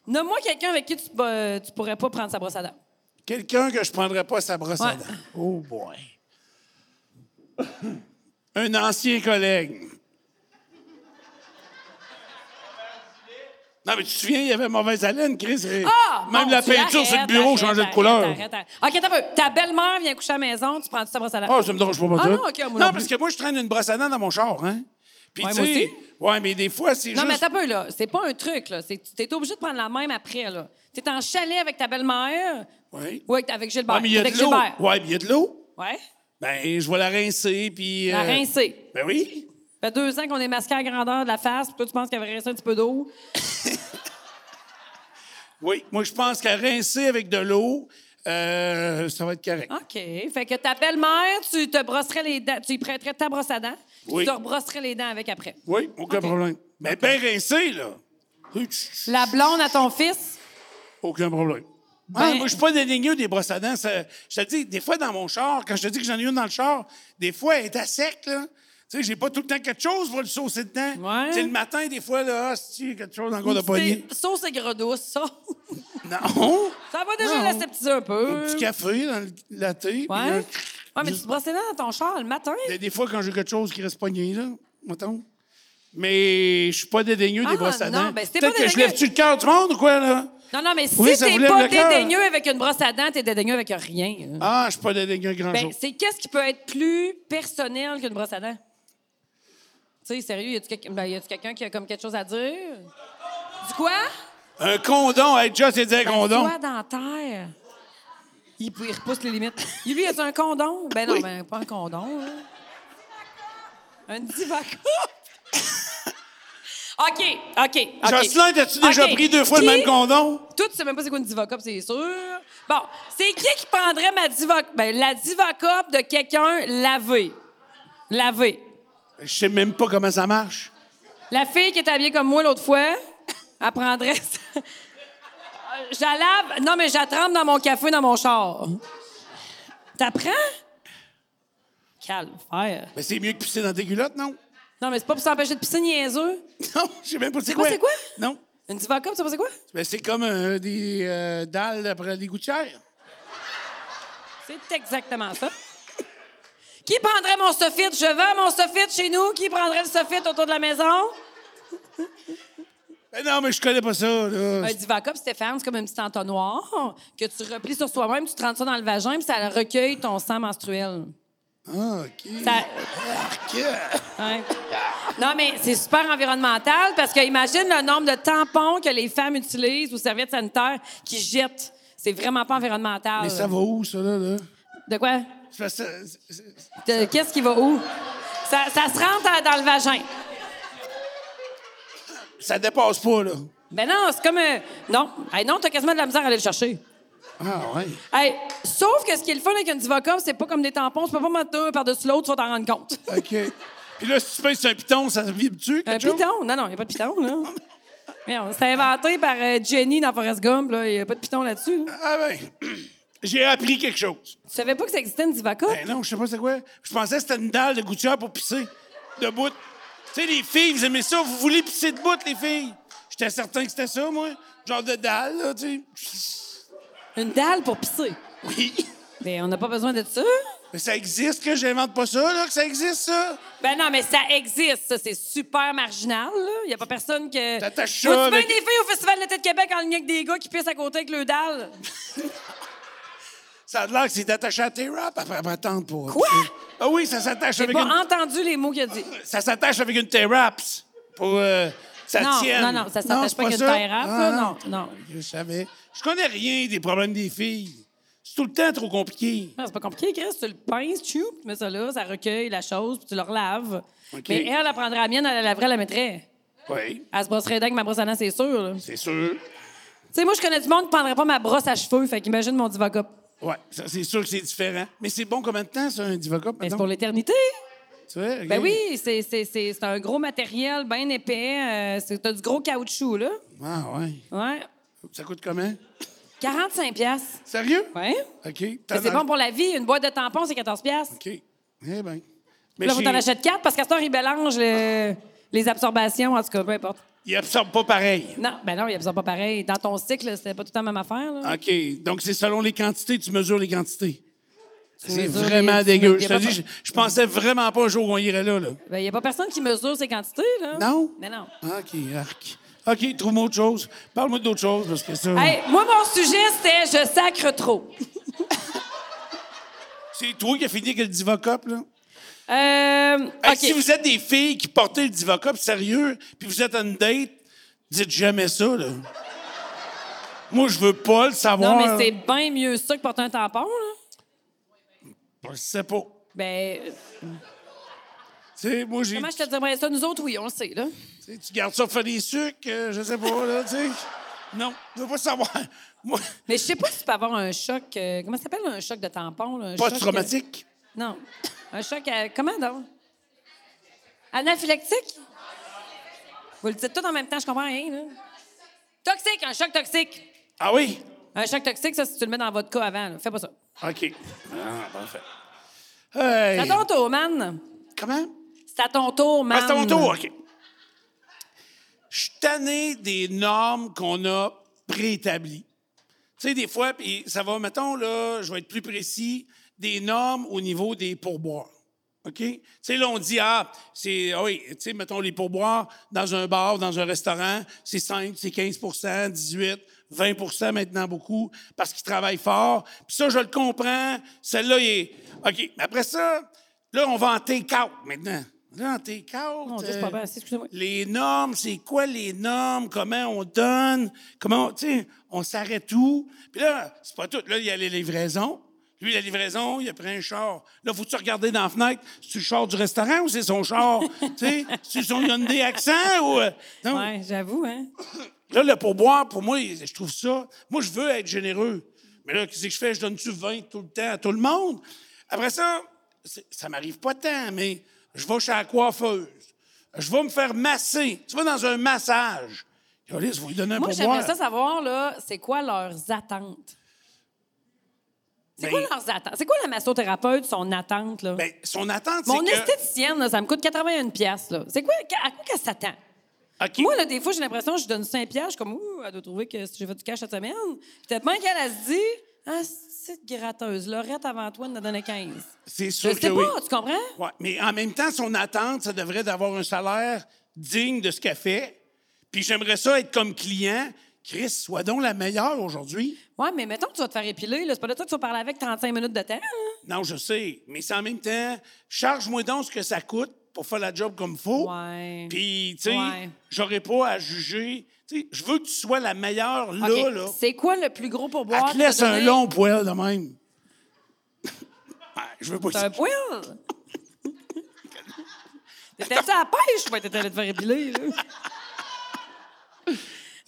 Speaker 2: Nomme-moi quelqu'un avec qui tu, euh, tu pourrais pas prendre sa brosse à dents.
Speaker 3: Quelqu'un que je prendrais pas sa brosse à
Speaker 2: Ouais.
Speaker 3: dents. Oh boy. un ancien collègue. Non, mais tu te souviens, il y avait mauvaise haleine, Chris. et Ah! Même
Speaker 2: mon
Speaker 3: la
Speaker 2: Ah, Dieu,
Speaker 3: peinture sur le
Speaker 2: arrête,
Speaker 3: bureau
Speaker 2: arrête,
Speaker 3: changeait de
Speaker 2: arrête,
Speaker 3: couleur.
Speaker 2: arrête, arrête. OK, t'as peu. Ta belle-mère vient coucher à la maison, tu prends sa brosse à dents.
Speaker 3: Ah, ça me dérange pas, pas
Speaker 2: Ah
Speaker 3: tout.
Speaker 2: non, OK, moi non plus.
Speaker 3: parce que moi, je traîne une brosse à dents dans mon char, hein. Puis,
Speaker 2: Ouais,
Speaker 3: tu
Speaker 2: moi
Speaker 3: sais,
Speaker 2: aussi.
Speaker 3: ouais, mais des fois, c'est
Speaker 2: non,
Speaker 3: juste...
Speaker 2: mais t'as peu, là. C'est pas un truc, là. C'est- T'es obligé de prendre la même après, là. T'es en chalet avec ta belle-mère.
Speaker 3: Ouais.
Speaker 2: Oui, avec Gilbert.
Speaker 3: Ah, mais il y a
Speaker 2: avec
Speaker 3: de l'eau.
Speaker 2: Gilbert.
Speaker 3: Ouais, mais il y a de l'eau.
Speaker 2: Ouais.
Speaker 3: Ben, je vais la rincer, puis...
Speaker 2: La
Speaker 3: euh,
Speaker 2: rincer.
Speaker 3: Ben oui.
Speaker 2: Ça fait deux ans qu'on est masqué à la grandeur de la face, puis toi, tu penses qu'elle va rincer un petit peu d'eau.
Speaker 3: Oui, moi, je pense qu'à rincer avec de l'eau, euh, ça va être correct.
Speaker 2: OK. Fait que ta belle-mère, tu te brosserais les dents, tu y prêterais ta brosse à dents, puis
Speaker 3: Oui.
Speaker 2: tu te rebrosserais les dents avec après.
Speaker 3: Oui, aucun
Speaker 2: OK.
Speaker 3: problème. Mais ben rincé, là.
Speaker 2: La blonde à ton fils?
Speaker 3: Aucun problème.
Speaker 2: Ben-
Speaker 3: Ah, moi, je suis pas dédaigneux des brosses à dents. ça- je te dis, des fois, dans mon char, quand je te dis que j'en ai une dans le char, des fois, elle est à sec, là. Tu sais, j'ai pas tout le temps quelque chose pour le saucer dedans.
Speaker 2: Ouais.
Speaker 3: Tu sais, le matin, des fois, là, ah, si, quelque chose encore de poignée.
Speaker 2: C'est- Sauce et gros douce, ça.
Speaker 3: Non!
Speaker 2: Ça va déjà
Speaker 3: Non.
Speaker 2: l'aseptiser un peu.
Speaker 3: Un petit café dans le latte. puis
Speaker 2: Ouais.
Speaker 3: là,
Speaker 2: Ouais, mais tu te brosses les dents dans ton char le matin?
Speaker 3: des- des fois, quand j'ai quelque chose qui reste pogné, là, mettons. Mais je suis pas dédaigneux des
Speaker 2: Ah,
Speaker 3: brosses à
Speaker 2: non,
Speaker 3: dents.
Speaker 2: ben, c'était
Speaker 3: Peut-être
Speaker 2: pas
Speaker 3: que je
Speaker 2: dédaigneux.
Speaker 3: lève-tu le cœur du monde ou quoi, là?
Speaker 2: Non, non, mais si
Speaker 3: Oui, ça vous
Speaker 2: t'es
Speaker 3: lève
Speaker 2: pas
Speaker 3: le cœur.
Speaker 2: dédaigneux avec une brosse à dents, t'es dédaigneux avec rien. là.
Speaker 3: Ah, je suis pas dédaigneux grand
Speaker 2: Ben,
Speaker 3: chose.
Speaker 2: c'est qu'est-ce qui peut être plus personnel qu'une brosse à dents? Tu sais, sérieux, y a-tu quelqu'un ben, y a-tu quelqu'un qui a comme quelque chose à dire? Du quoi?
Speaker 3: Un condom, hey, Joss, il dit
Speaker 2: Ben,
Speaker 3: un condom.
Speaker 2: Soie dentaire. Il, il repousse les limites. Il lui, il a un condom? Ben non, ben pas un condom. là. Un divaco. OK, OK, OK.
Speaker 3: Ah, Jocelyn, t'as-tu déjà
Speaker 2: OK.
Speaker 3: pris deux fois le
Speaker 2: Qui-
Speaker 3: même condom?
Speaker 2: Tout, tu sais même pas c'est quoi une divocop, c'est sûr. Bon, c'est qui qui prendrait ma divocop? Ben, la divocop de quelqu'un lavé. Lavé.
Speaker 3: Je sais même pas comment ça marche.
Speaker 2: La fille qui est habillée comme moi l'autre fois, elle prendrait ça. Je la lave. Non, mais je la trempe dans mon café, dans mon char. T'apprends? Calvaire.
Speaker 3: Mais c'est mieux que pisser dans tes culottes, non?
Speaker 2: Non, mais c'est pas pour s'empêcher de pisser niaiseux.
Speaker 3: Non, je sais même pas c'est
Speaker 2: quoi,
Speaker 3: quoi.
Speaker 2: c'est quoi?
Speaker 3: Non.
Speaker 2: Une divocop, tu sais pas c'est quoi?
Speaker 3: Ben, c'est comme euh, des euh, dalles après des gouttières.
Speaker 2: C'est exactement ça. Qui prendrait mon soffit? Je vends mon soffit chez nous. Qui prendrait le soffit autour de la maison?
Speaker 3: Ben non, mais je connais pas ça. Là.
Speaker 2: Un divacop, Stéphane, c'est comme un petit entonnoir que tu replies sur soi-même, tu te rentres ça dans le vagin, puis ça recueille ton sang menstruel.
Speaker 3: Ah, OK.
Speaker 2: Ça- Ouais. Non, mais c'est super environnemental parce que imagine le nombre de tampons que les femmes utilisent ou serviettes sanitaires qui jettent. C'est vraiment pas environnemental.
Speaker 3: Mais ça va où, ça, là? là?
Speaker 2: De quoi?
Speaker 3: C'est parce que ça- c'est- c'est-
Speaker 2: De- Qu'est-ce qui va où? Ça, ça se rentre dans- dans le vagin.
Speaker 3: ça dépasse pas, là.
Speaker 2: Ben non, c'est comme un... Non, Hey, non, t'as quasiment de la misère à aller le chercher.
Speaker 3: Ah, ouais.
Speaker 2: Hey, sauf que ce qui est le fun avec un divocop, c'est pas comme des tampons. Tu peux pas mettre deux par-dessus l'autre, tu vas t'en rendre compte.
Speaker 3: OK. Puis là, si tu fais un piton, ça vibre-tu?
Speaker 2: Un
Speaker 3: quelque chose?
Speaker 2: piton? Non, non, il a pas de piton, là. Merde, C'est inventé par euh, Jenny dans Forrest Gump, là. Il a pas de piton là-dessus. là.
Speaker 3: Ah, ben, j'ai appris quelque chose.
Speaker 2: Tu savais pas que ça existait une divocop?
Speaker 3: Ben non, je sais pas c'est quoi. Je pensais que c'était une dalle de gouttière pour pisser. Debout. Tu sais, les filles, vous aimez ça. Vous voulez pisser debout, les filles. J'étais certain que c'était ça, moi. Genre de dalle, là, tu sais.
Speaker 2: Une dalle pour pisser.
Speaker 3: Oui.
Speaker 2: Mais on n'a pas besoin de ça.
Speaker 3: Mais ça existe, que j'invente pas ça, là, que ça existe, ça.
Speaker 2: Ben non, mais ça existe, ça. C'est super marginal, là. Il n'y a pas personne que.
Speaker 3: T'attaches ça
Speaker 2: Vois-tu bien
Speaker 3: avec-
Speaker 2: des filles au Festival de l'été de Québec en ligne avec des gars qui pissent à côté avec le dalle?
Speaker 3: Ça a l'air que c'est attaché à tes rap après attendre pour.
Speaker 2: Quoi?
Speaker 3: Ah oui, ça s'attache
Speaker 2: J'ai
Speaker 3: avec
Speaker 2: pas
Speaker 3: une.
Speaker 2: entendu les mots qu'il a dit.
Speaker 3: Ça s'attache avec une T-Raps pour. euh, ça
Speaker 2: Non,
Speaker 3: tienne.
Speaker 2: non, non, ça s'attache
Speaker 3: c'est
Speaker 2: pas avec une
Speaker 3: ça.
Speaker 2: T-Raps,
Speaker 3: Ah,
Speaker 2: là, non, non.
Speaker 3: Je savais. Je connais rien des problèmes des filles. C'est tout le temps trop compliqué.
Speaker 2: Non, C'est pas compliqué, Chris. Tu le pinces, tu tu mets ça là, ça recueille la chose, puis tu le relaves.
Speaker 3: OK.
Speaker 2: Mais elle, elle prendrait la mienne, elle la laverait, elle la mettrait.
Speaker 3: Oui,
Speaker 2: Elle se brosserait dingue ma brosse à dents, c'est sûr. là. Tu
Speaker 3: c'est sûr.
Speaker 2: sais, moi, je connais du monde qui prendrait pas ma brosse à cheveux, fait qu'imagine mon divocop.
Speaker 3: Oui, ça, c'est sûr que c'est différent. Mais c'est bon combien de temps, ça, un divocop?
Speaker 2: Mais c'est
Speaker 3: mettons?
Speaker 2: pour l'éternité.
Speaker 3: Tu vois, OK.
Speaker 2: Ben oui, c'est- c'est c'est- c'est un gros matériel, bien épais. euh, c'est- T'as du gros caoutchouc, là.
Speaker 3: Ah, ouais.
Speaker 2: Ouais.
Speaker 3: Ça coûte comment?
Speaker 2: 45 piastres.
Speaker 3: Sérieux?
Speaker 2: Ouais.
Speaker 3: OK.
Speaker 2: Mais C'est bon pour la vie. Une boîte de tampons, c'est 14 piastres.
Speaker 3: OK. Eh bien. Mais
Speaker 2: Puis Là, faut
Speaker 3: j'ai-
Speaker 2: t'en acheter 4 parce qu'à ce temps, ils mélangent le- les absorbations. En tout cas, peu importe.
Speaker 3: il absorbe pas pareil.
Speaker 2: Non, ben non, il y a besoin pas pareil. Dans ton cycle, c'était pas tout le temps la même affaire.
Speaker 3: Ah.
Speaker 2: Là.
Speaker 3: OK. Donc, c'est selon les quantités, tu mesures les quantités. C'est
Speaker 2: mesures
Speaker 3: vraiment
Speaker 2: les-
Speaker 3: dégueu.
Speaker 2: tu-
Speaker 3: Je te
Speaker 2: y a
Speaker 3: dis,
Speaker 2: pas-
Speaker 3: je, je pensais vraiment pas un jour qu'on irait là, là.
Speaker 2: Ben, il y a pas personne qui mesure ces quantités. Là.
Speaker 3: Non?
Speaker 2: Mais non.
Speaker 3: OK, arc. OK, trouve-moi autre chose. Parle-moi d'autre chose, parce que ça...
Speaker 2: Hey, moi, mon sujet, c'était je sacre trop.
Speaker 3: C'est toi qui as fini avec le divocop, là?
Speaker 2: Euh,
Speaker 3: Hey,
Speaker 2: OK.
Speaker 3: Si vous êtes des filles qui portez le divocop sérieux, puis vous êtes à une date, dites jamais ça, là. Moi, je veux pas le
Speaker 2: Non,
Speaker 3: savoir.
Speaker 2: mais c'est bien mieux ça que porter un tampon. Là.
Speaker 3: Je sais pas.
Speaker 2: Ben,
Speaker 3: Tu sais, moi, j'ai...
Speaker 2: comment je te dirais ça? Nous autres, oui, on le sait. Là.
Speaker 3: tu sais, Tu gardes ça pour faire des sucres, euh, je sais pas, là, tu sais. Non, je veux pas savoir. Moi,
Speaker 2: Mais je sais pas si tu peux avoir un choc. euh, comment ça s'appelle un choc de tampon? Là? Un choc, euh,
Speaker 3: post-traumatique.
Speaker 2: Non. Un choc. à- Comment donc? Anaphylactique? Vous le dites tout en même temps, je comprends rien. Là. Toxique, un choc toxique.
Speaker 3: Ah oui?
Speaker 2: Un choc toxique, ça, si tu le mets dans votre cas avant, là. fais pas ça.
Speaker 3: OK. Ah, parfait. Hey.
Speaker 2: C'est à ton tour, man.
Speaker 3: Comment?
Speaker 2: C'est à ton tour, man.
Speaker 3: Ah, c'est à mon tour, OK. Je suis tanné des normes qu'on a préétablies. Tu sais, des fois, puis ça va, mettons, là, je vais être plus précis, des normes au niveau des pourboires. OK? Tu sais, là, on dit, ah, c'est, ah oui, tu sais, mettons, les pourboires dans un bar, dans un restaurant, c'est 5, c'est 15 18 20 maintenant beaucoup, parce qu'ils travaillent fort. Puis ça, je le comprends. Celle-là, il est. OK. Mais après ça, là, on va en take-out maintenant. Là, en euh, take-out.
Speaker 2: Mon Dieu, c'est pas vrai, excusez-moi.
Speaker 3: Les normes, c'est quoi les normes? Comment on donne? Comment, on- tu sais, on s'arrête où? Puis là, c'est pas tout. Là, il y a les livraisons. Lui, la livraison, il a pris un char. Là, faut-tu regarder dans la fenêtre? C'est le char du restaurant ou c'est son char? tu sais, c'est son Hyundai Accent ou. euh, non.
Speaker 2: Ouais, j'avoue, hein?
Speaker 3: Là, le pourboire, pour moi, je trouve ça. Moi, je veux être généreux. Mais là, qu'est-ce que je fais? Je donne-tu 20 tout le temps à tout le monde? Après ça, c'est- ça m'arrive pas tant, mais je vais chez la coiffeuse. Je vais me faire masser. Tu vas dans un massage. Carlis, vous lui donnez un
Speaker 2: Moi, j'aimerais
Speaker 3: pourboire.
Speaker 2: ça savoir, là, c'est quoi leurs attentes? C'est quoi
Speaker 3: Ben-
Speaker 2: leurs attentes? C'est quoi la massothérapeute, son attente, là?
Speaker 3: Ben, son attente, c'est
Speaker 2: Mon
Speaker 3: que...
Speaker 2: esthéticienne, là, ça me coûte 81 pièces là. C'est quoi, à quoi qu'elle s'attend?
Speaker 3: OK.
Speaker 2: Moi, là, des fois, j'ai l'impression que je donne 5 pièces, comme, ouh, elle doit trouver que j'ai fait du cash cette semaine. Peut-être même qu'elle, elle se dit, ah, cette gratteuse, Laurette avant toi, elle en a donné 15.
Speaker 3: c'est
Speaker 2: Je
Speaker 3: sûr
Speaker 2: sais
Speaker 3: que
Speaker 2: pas,
Speaker 3: oui.
Speaker 2: tu comprends?
Speaker 3: Ouais, mais en même temps, son attente, ça devrait d'avoir un salaire digne de ce qu'elle fait. Puis j'aimerais ça être comme client. Chris, sois donc la meilleure aujourd'hui.
Speaker 2: Ouais, mais mettons que tu vas te faire épiler, là, c'est pas de toi que tu vas parler avec 35 minutes de temps. hein?
Speaker 3: Non, je sais, mais c'est en même temps, charge-moi donc ce que ça coûte pour faire la job comme faut.
Speaker 2: Ouais.
Speaker 3: Oh. Puis, tu sais,
Speaker 2: Ouais.
Speaker 3: j'aurais pas à juger. Tu sais, je veux que tu sois la meilleure là,
Speaker 2: OK,
Speaker 3: là.
Speaker 2: C'est quoi le plus gros pour boire?
Speaker 3: Elle te laisse un
Speaker 2: donné?
Speaker 3: long poil de même. Ouais, je veux pas
Speaker 2: T'as un
Speaker 3: ça.
Speaker 2: poil? T'étais-tu à la pêche? Ouais, t'étais allé te faire épiler, là.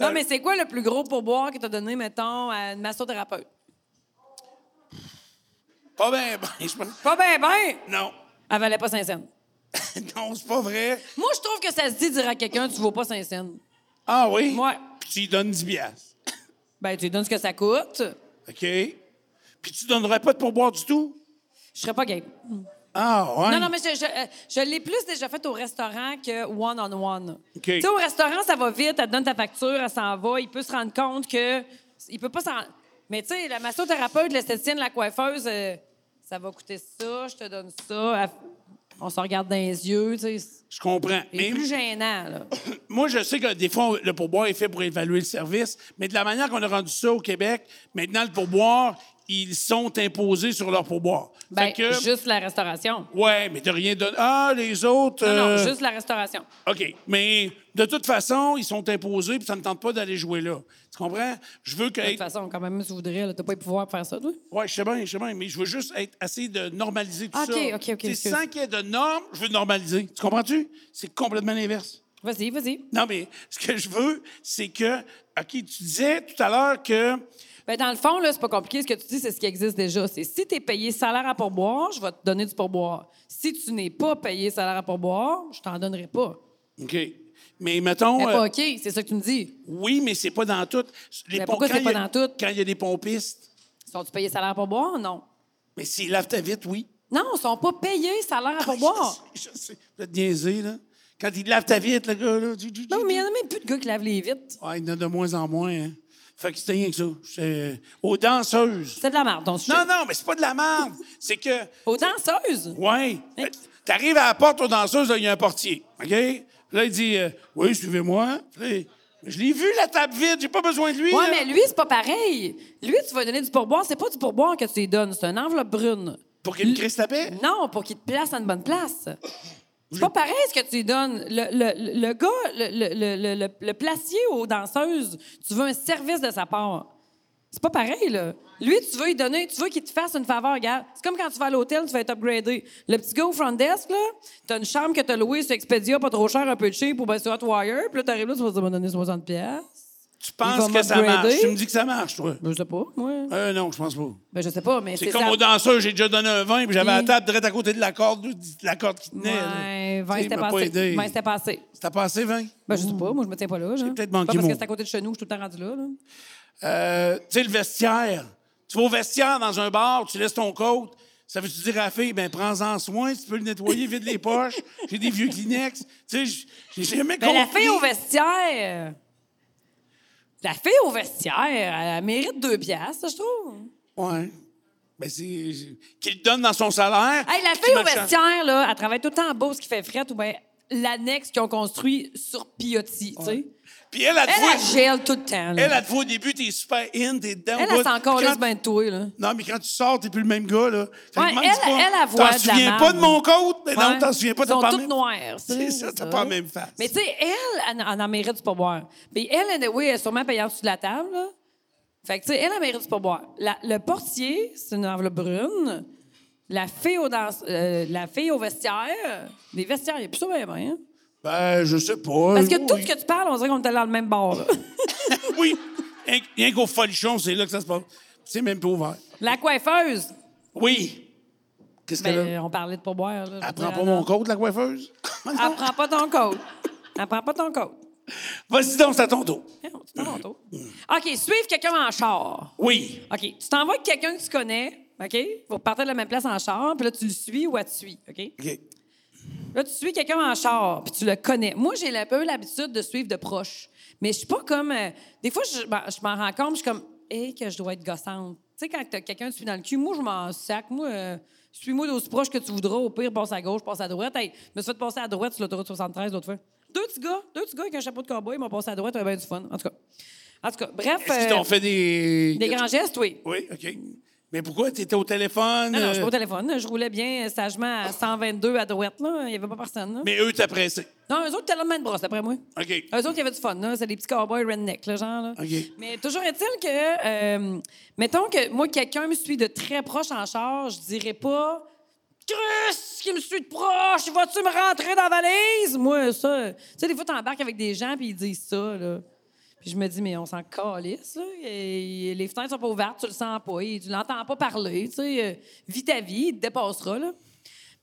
Speaker 2: Non, mais c'est quoi le plus gros pourboire que t'as donné, mettons, à une massothérapeute?
Speaker 3: Pas bien, ben, je pense-
Speaker 2: Pas ben ben!
Speaker 3: Non.
Speaker 2: Elle valait pas Saint-Saëns.
Speaker 3: non, c'est pas vrai.
Speaker 2: Moi, je trouve que ça se dit dire à quelqu'un, tu vaux pas Saint-Saëns.
Speaker 3: Ah oui?
Speaker 2: Ouais.
Speaker 3: Puis tu lui donnes 10 piastres.
Speaker 2: Ben, tu lui donnes ce que ça coûte.
Speaker 3: OK? Puis tu donnerais pas de pourboire du tout?
Speaker 2: Je serais pas game.
Speaker 3: Ah ouais?
Speaker 2: Non, non, mais je, je, euh, je l'ai plus déjà fait au restaurant que one-on-one.
Speaker 3: OK.
Speaker 2: Tu sais, au restaurant, ça va vite, elle te donne ta facture, elle s'en va, il peut se rendre compte que. Il peut pas s'en. Mais tu sais, la massothérapeute, l'esthéticienne, la coiffeuse, euh, ça va coûter ça, je te donne ça. Elle- On se regarde dans les yeux, tu sais. C'est
Speaker 3: Je comprends. Mais
Speaker 2: plus gênant, là.
Speaker 3: Moi, je sais que des fois, le pourboire est fait pour évaluer le service, mais de la manière qu'on a rendu ça au Québec, maintenant, le pourboire, ils sont imposés sur leur pourboire.
Speaker 2: Ben,
Speaker 3: Fait que,
Speaker 2: juste la restauration.
Speaker 3: Ouais, mais de rien donner. Ah, les autres.
Speaker 2: Non, non,
Speaker 3: euh,
Speaker 2: juste la restauration.
Speaker 3: OK. Mais de toute façon, ils sont imposés, puis ça ne me tente pas d'aller jouer là. Tu comprends? Je veux que.
Speaker 2: De toute façon, quand même, si vous voudrais, là, t'as pas le pouvoir de faire ça, toi.
Speaker 3: Ouais, je sais bien, je sais bien, mais je veux juste être, essayer de normaliser tout
Speaker 2: OK,
Speaker 3: ça.
Speaker 2: Ah, OK, OK,
Speaker 3: Tu sais,
Speaker 2: excuse.
Speaker 3: Sans qu'il y ait de normes, je veux normaliser. Tu comprends-tu? C'est complètement l'inverse.
Speaker 2: Vas-y, vas-y.
Speaker 3: Non, mais ce que je veux, c'est que. OK, tu disais tout à l'heure que.
Speaker 2: Ben, dans le fond, là, c'est pas compliqué. Ce que tu dis, c'est ce qui existe déjà. C'est si tu es payé salaire à pourboire, je vais te donner du pourboire. Si tu n'es pas payé salaire à pourboire, je t'en donnerai pas.
Speaker 3: OK. Mais mettons.
Speaker 2: Mais
Speaker 3: euh,
Speaker 2: pas OK, c'est ça que tu me dis.
Speaker 3: oui, mais c'est pas dans tout. Les
Speaker 2: Mais
Speaker 3: pom-
Speaker 2: pourquoi
Speaker 3: quand
Speaker 2: c'est pas
Speaker 3: il y a-
Speaker 2: dans tout?
Speaker 3: Quand il y a des pompistes.
Speaker 2: Sont-tu payés salaire à pourboire? Non.
Speaker 3: Mais s'ils lavent ta vite, oui. Ah,
Speaker 2: Non, ils sont pas payés salaire à pourboire.
Speaker 3: ben, Je sais, je sais. Vous êtes niaisés, là. Quand ils lavent ta vite, le gars, là. du- du- du-
Speaker 2: Non, mais il y en a même plus de gars qui lavent les vitres.
Speaker 3: Ouais, il y en a de moins en moins, hein. Fait que c'est rien que ça. C'est- Aux danseuses.
Speaker 2: C'est de la merde, donc. je
Speaker 3: Non,
Speaker 2: sais.
Speaker 3: non, mais c'est pas de la merde. C'est que.
Speaker 2: Aux danseuses?
Speaker 3: Ouais. Euh,
Speaker 2: Hein?
Speaker 3: T'arrives à la porte aux danseuses, là, il y a un portier. OK? Puis Là, il dit euh, Oui, suivez-moi. Puis là, il- Je l'ai vu, la table vide, j'ai pas besoin de lui. là.
Speaker 2: Ouais, mais lui, c'est pas pareil. Lui, tu vas donner du pourboire. C'est pas du pourboire que tu lui donnes. C'est une enveloppe brune.
Speaker 3: Pour qu'il me crisse la paix?
Speaker 2: Non, pour qu'il te place à une bonne place. C'est pas pareil ce que tu lui donnes. Le, le- le gars, le, le- le- le- le placier aux danseuses, tu veux un service de sa part. C'est pas pareil, là. Lui, tu veux lui donner, tu veux qu'il te fasse une faveur, regarde. C'est comme quand tu vas à l'hôtel, tu vas être upgradé. Le petit gars au front desk, là, t'as une chambre que t'as louée sur Expedia, pas trop cher, un peu cheap, ou bien sur Hotwire, puis là, t'arrives là, tu vas te donner 60 pièces.
Speaker 3: Tu
Speaker 2: Il va
Speaker 3: penses que ça marche?
Speaker 2: m'upgrader.
Speaker 3: Tu me dis que ça marche, toi?
Speaker 2: Ben, je sais pas, moi.
Speaker 3: Euh, non, je pense pas.
Speaker 2: Ben, je sais pas, mais
Speaker 3: C'est
Speaker 2: c'est
Speaker 3: comme
Speaker 2: ça.
Speaker 3: aux danseurs, j'ai déjà donné un vin, puis j'avais
Speaker 2: Oui.
Speaker 3: la table direct à côté de la corde, de la corde qui tenait. là.
Speaker 2: Ouais,
Speaker 3: Tu sais,
Speaker 2: 20,
Speaker 3: il
Speaker 2: c'était
Speaker 3: m'a pas
Speaker 2: passé.
Speaker 3: aidé.
Speaker 2: 20, c'était passé.
Speaker 3: T'as passé 20?
Speaker 2: Ben, je sais pas, moi, je me tiens pas là. J'ai
Speaker 3: peut-être manqué
Speaker 2: Pas parce
Speaker 3: mon-
Speaker 2: que c'est à côté de chez nous, je suis tout le temps rendu là. là.
Speaker 3: Euh, tu sais, le vestiaire. Tu vas au vestiaire dans un bar, tu laisses ton coat. Ça veut-tu dire à la fille, ben prends-en soin, tu peux le nettoyer, vide les poches. J'ai des vieux Kleenex. Tu sais, j- j'ai jamais
Speaker 2: Ben, la
Speaker 3: compris.
Speaker 2: fille au vestiaire. euh, La fille au vestiaire, elle, elle mérite deux piastres, je trouve.
Speaker 3: Ouais. Ben, c'est. c'est- Qu'il donne dans son salaire.
Speaker 2: Hey, la
Speaker 3: qui
Speaker 2: fille au
Speaker 3: marche en-
Speaker 2: vestiaire, là, elle travaille tout le temps en Beauce qui fait frette ou bien l'annexe qu'ils ont construit sur Piotti, tu sais.
Speaker 3: Puis elle, elle, te
Speaker 2: Elle,
Speaker 3: voit-
Speaker 2: elle gèle tout le temps. là.
Speaker 3: elle, elle te voit au début, t'es super in, t'es dedans.
Speaker 2: Elle,
Speaker 3: au bout.
Speaker 2: elle s'en
Speaker 3: Quand-
Speaker 2: calisse bien de toi, là.
Speaker 3: Non, mais quand tu sors, t'es plus le même gars, là. Fait que
Speaker 2: Ouais,
Speaker 3: demande
Speaker 2: elle-
Speaker 3: pas,
Speaker 2: elle, elle voit
Speaker 3: T'en
Speaker 2: de la
Speaker 3: souviens pas
Speaker 2: marde.
Speaker 3: de mon coat? Mais non,
Speaker 2: Ouais.
Speaker 3: t'en souviens pas,
Speaker 2: Ils
Speaker 3: t'as
Speaker 2: sont
Speaker 3: pas la
Speaker 2: toutes
Speaker 3: même-
Speaker 2: noires. tu
Speaker 3: C'est
Speaker 2: sais,
Speaker 3: ça, t'as pas la même face.
Speaker 2: Mais tu sais, elle, elle, en- elle en mérite du pourboire. Puis elle, oui, elle est sûrement payée en dessous de la table. là. Fait que, tu sais, elle, elle mérite du pourboire. La- le portier, c'est une enveloppe brune. La fille au, danse- euh, la fille au vestiaire. Les vestiaires, il n'y a plus ça, ben, ben, hein?
Speaker 3: Ben, je sais pas.
Speaker 2: Parce que
Speaker 3: oui.
Speaker 2: tout ce que tu parles, on dirait qu'on est allé dans le même bar. là.
Speaker 3: Oui, rien- rien qu'au folichon, c'est là que ça se passe. C'est même pas ouvert.
Speaker 2: la coiffeuse.
Speaker 3: Oui. Qu'est-ce qu'elle a?
Speaker 2: Ben, on parlait de pourboire. Là, je veux
Speaker 3: Elle prend
Speaker 2: dire,
Speaker 3: pas mon code, la coiffeuse?
Speaker 2: Elle prend pas ton code. Elle prend pas ton code.
Speaker 3: Vas-y donc, c'est à ton tour.
Speaker 2: Hein, C'est pas mon tour.
Speaker 3: Mm.
Speaker 2: OK, suivre quelqu'un en char.
Speaker 3: Oui.
Speaker 2: OK, tu t'en vas avec quelqu'un que tu connais, OK? Vous partez de la même place en char, puis là, tu le suis ou elle te suit, OK?
Speaker 3: OK.
Speaker 2: Là, tu suis quelqu'un en char, puis tu le connais. Moi, j'ai un peu l'habitude de suivre de proche. Mais je suis pas comme... euh, des fois, je, ben, je m'en rends compte, je suis comme... Hé, que je dois être gossante. Tu sais, quand t'as quelqu'un qui te suit dans le cul, moi, je m'en sac. Moi, euh, suis-moi d'aussi proche que tu voudras. Au pire, passe à gauche, passe à droite. Hey, je me suis fait passer à droite sur l'autoroute 73 l'autre fois. Deux petits gars, deux petits gars avec un chapeau de cowboy, ils m'ont passé à droite, avait bien du fun. En tout cas, en tout cas bref...
Speaker 3: Est-ce qu'ils
Speaker 2: euh,
Speaker 3: t'ont fait des...
Speaker 2: des grands gestes, oui.
Speaker 3: Oui, OK. Mais pourquoi? T'étais au téléphone?
Speaker 2: Non, non, je suis
Speaker 3: euh,
Speaker 2: pas au téléphone. Je roulais bien euh, sagement à 122 à droite. Là. Il n'y avait pas personne. là.
Speaker 3: Mais eux, t'as pressé.
Speaker 2: Non, eux autres étaient là de main de brosse, d'après moi.
Speaker 3: OK.
Speaker 2: Eux autres, il y avait du fun. là. C'est des petits cowboys redneck, là, genre. Là.
Speaker 3: OK.
Speaker 2: Mais toujours est-il que, euh, mettons que moi, quelqu'un me suit de très proche en char, je dirais pas. Chris, qui me suit de proche, vas-tu me rentrer dans la valise? Moi, ça. Tu sais, des fois, t'embarques avec des gens puis ils disent ça, là. Puis je me dis, mais on s'en calisse, là. Et- et les fenêtres sont pas ouvertes, tu le sens pas. et tu l'entends pas parler, tu sais. euh, Vis ta vie, il te dépassera, là.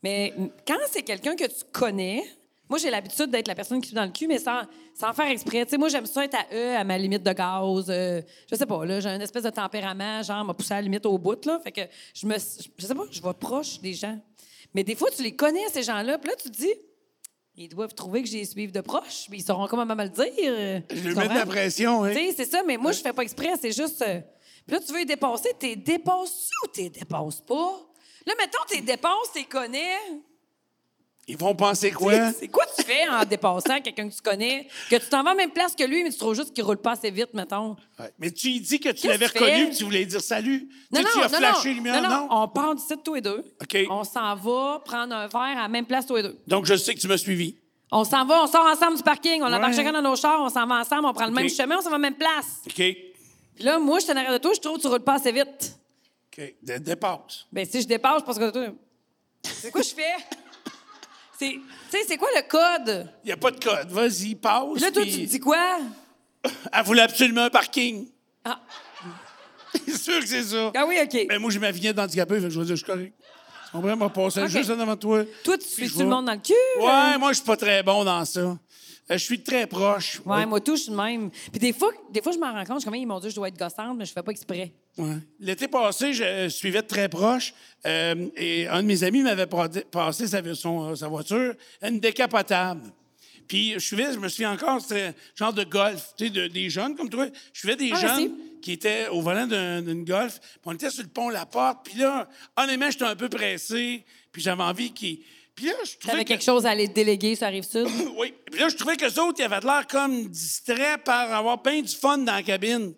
Speaker 2: Mais mm, quand c'est quelqu'un que tu connais, moi, j'ai l'habitude d'être la personne qui suis dans le cul, mais sans, sans faire exprès. Tu sais, moi, j'aime ça être à eux, à ma limite de gaz. euh, je sais pas, là, j'ai une espèce de tempérament, genre, m'a poussé à la limite au bout, là. Fait que je me... Je sais pas, je vais proche des gens. Mais des fois, tu les connais, ces gens-là, puis là, tu te dis... Ils doivent trouver que j'y suive de proche, mais ils sauront comment me le dire.
Speaker 3: Je
Speaker 2: Tu
Speaker 3: lui mets de la
Speaker 2: comprends?
Speaker 3: pression, hein?
Speaker 2: Tu sais, c'est ça, mais moi, je fais pas exprès, c'est juste. euh, Puis là, tu veux les dépasser, t'es dépasses-tu ou t'es dépasses pas? Là, mettons, t'es dépenses, t'es connais.
Speaker 3: Ils vont penser quoi?
Speaker 2: C'est quoi tu fais en dépassant quelqu'un que tu connais? Que tu t'en vas à la même place que lui, mais tu trouves juste qu'il roule pas assez vite, mettons.
Speaker 3: Ouais. Mais tu lui dis que tu
Speaker 2: Qu'est-ce
Speaker 3: l'avais
Speaker 2: que tu fais?
Speaker 3: reconnu et tu voulais dire salut. tu, sais, tu as flashé les lumières, non?
Speaker 2: On part d'ici tous les deux.
Speaker 3: OK.
Speaker 2: On s'en va prendre un verre à la même place tous les deux.
Speaker 3: Donc, je sais que tu m'as suivi.
Speaker 2: On s'en va, on sort ensemble du parking, on embarque chacun dans nos chars, on s'en va ensemble, on prend le
Speaker 3: OK.
Speaker 2: même chemin, on s'en va à la même place.
Speaker 3: OK.
Speaker 2: Puis là, moi, je suis en arrière de toi, je trouve que tu roules pas assez vite.
Speaker 3: OK. De- dépasse.
Speaker 2: Ben, si je dépasse, je pense que toi. C'est quoi je fais? C'est. Tu sais, c'est quoi le code?
Speaker 3: Il n'y a pas de code. Vas-y, passe.
Speaker 2: Puis là, toi, tu
Speaker 3: puis-
Speaker 2: te dis quoi?
Speaker 3: Elle voulait absolument un parking.
Speaker 2: Ah,
Speaker 3: C'est sûr que c'est ça.
Speaker 2: ah oui, OK.
Speaker 3: Mais moi, j'ai ma vignette d'handicapé, fait que je vais dire, je suis correct. Tu comprends? Moi, passer
Speaker 2: OK.
Speaker 3: juste en avant de toi.
Speaker 2: Toi, tu
Speaker 3: Puis
Speaker 2: suis
Speaker 3: je
Speaker 2: tout le
Speaker 3: vais-
Speaker 2: monde dans le cul?
Speaker 3: Ouais, moi, je suis pas très bon dans ça. Euh, Je suis très proche.
Speaker 2: Ouais, moi, tout, je suis de même. Puis des fois, des fois je m'en rends compte, je suis comme, Hey, mon Dieu, je dois être gossante, mais je fais pas exprès.
Speaker 3: Ouais. L'été passé, je euh, suivais de très proche euh, et un de mes amis m'avait prodé- passé sa, son, euh, sa voiture, une décapotable. Puis je suivais, je me suis encore, c'était genre de golf, tu sais, de- des jeunes comme toi. Je suivais des
Speaker 2: Ah,
Speaker 3: jeunes
Speaker 2: merci.
Speaker 3: qui étaient au volant d'un- d'une golf. Puis on était sur le pont La Porte. Puis là, honnêtement, j'étais un peu pressé. Puis j'avais envie qu'ils... Puis là, je trouvais
Speaker 2: T'avais
Speaker 3: que-
Speaker 2: quelque chose à aller déléguer sur la rive sud?
Speaker 3: oui. Puis là, je trouvais que les autres, ils avaient l'air comme distraits par avoir bien du fun dans la cabine.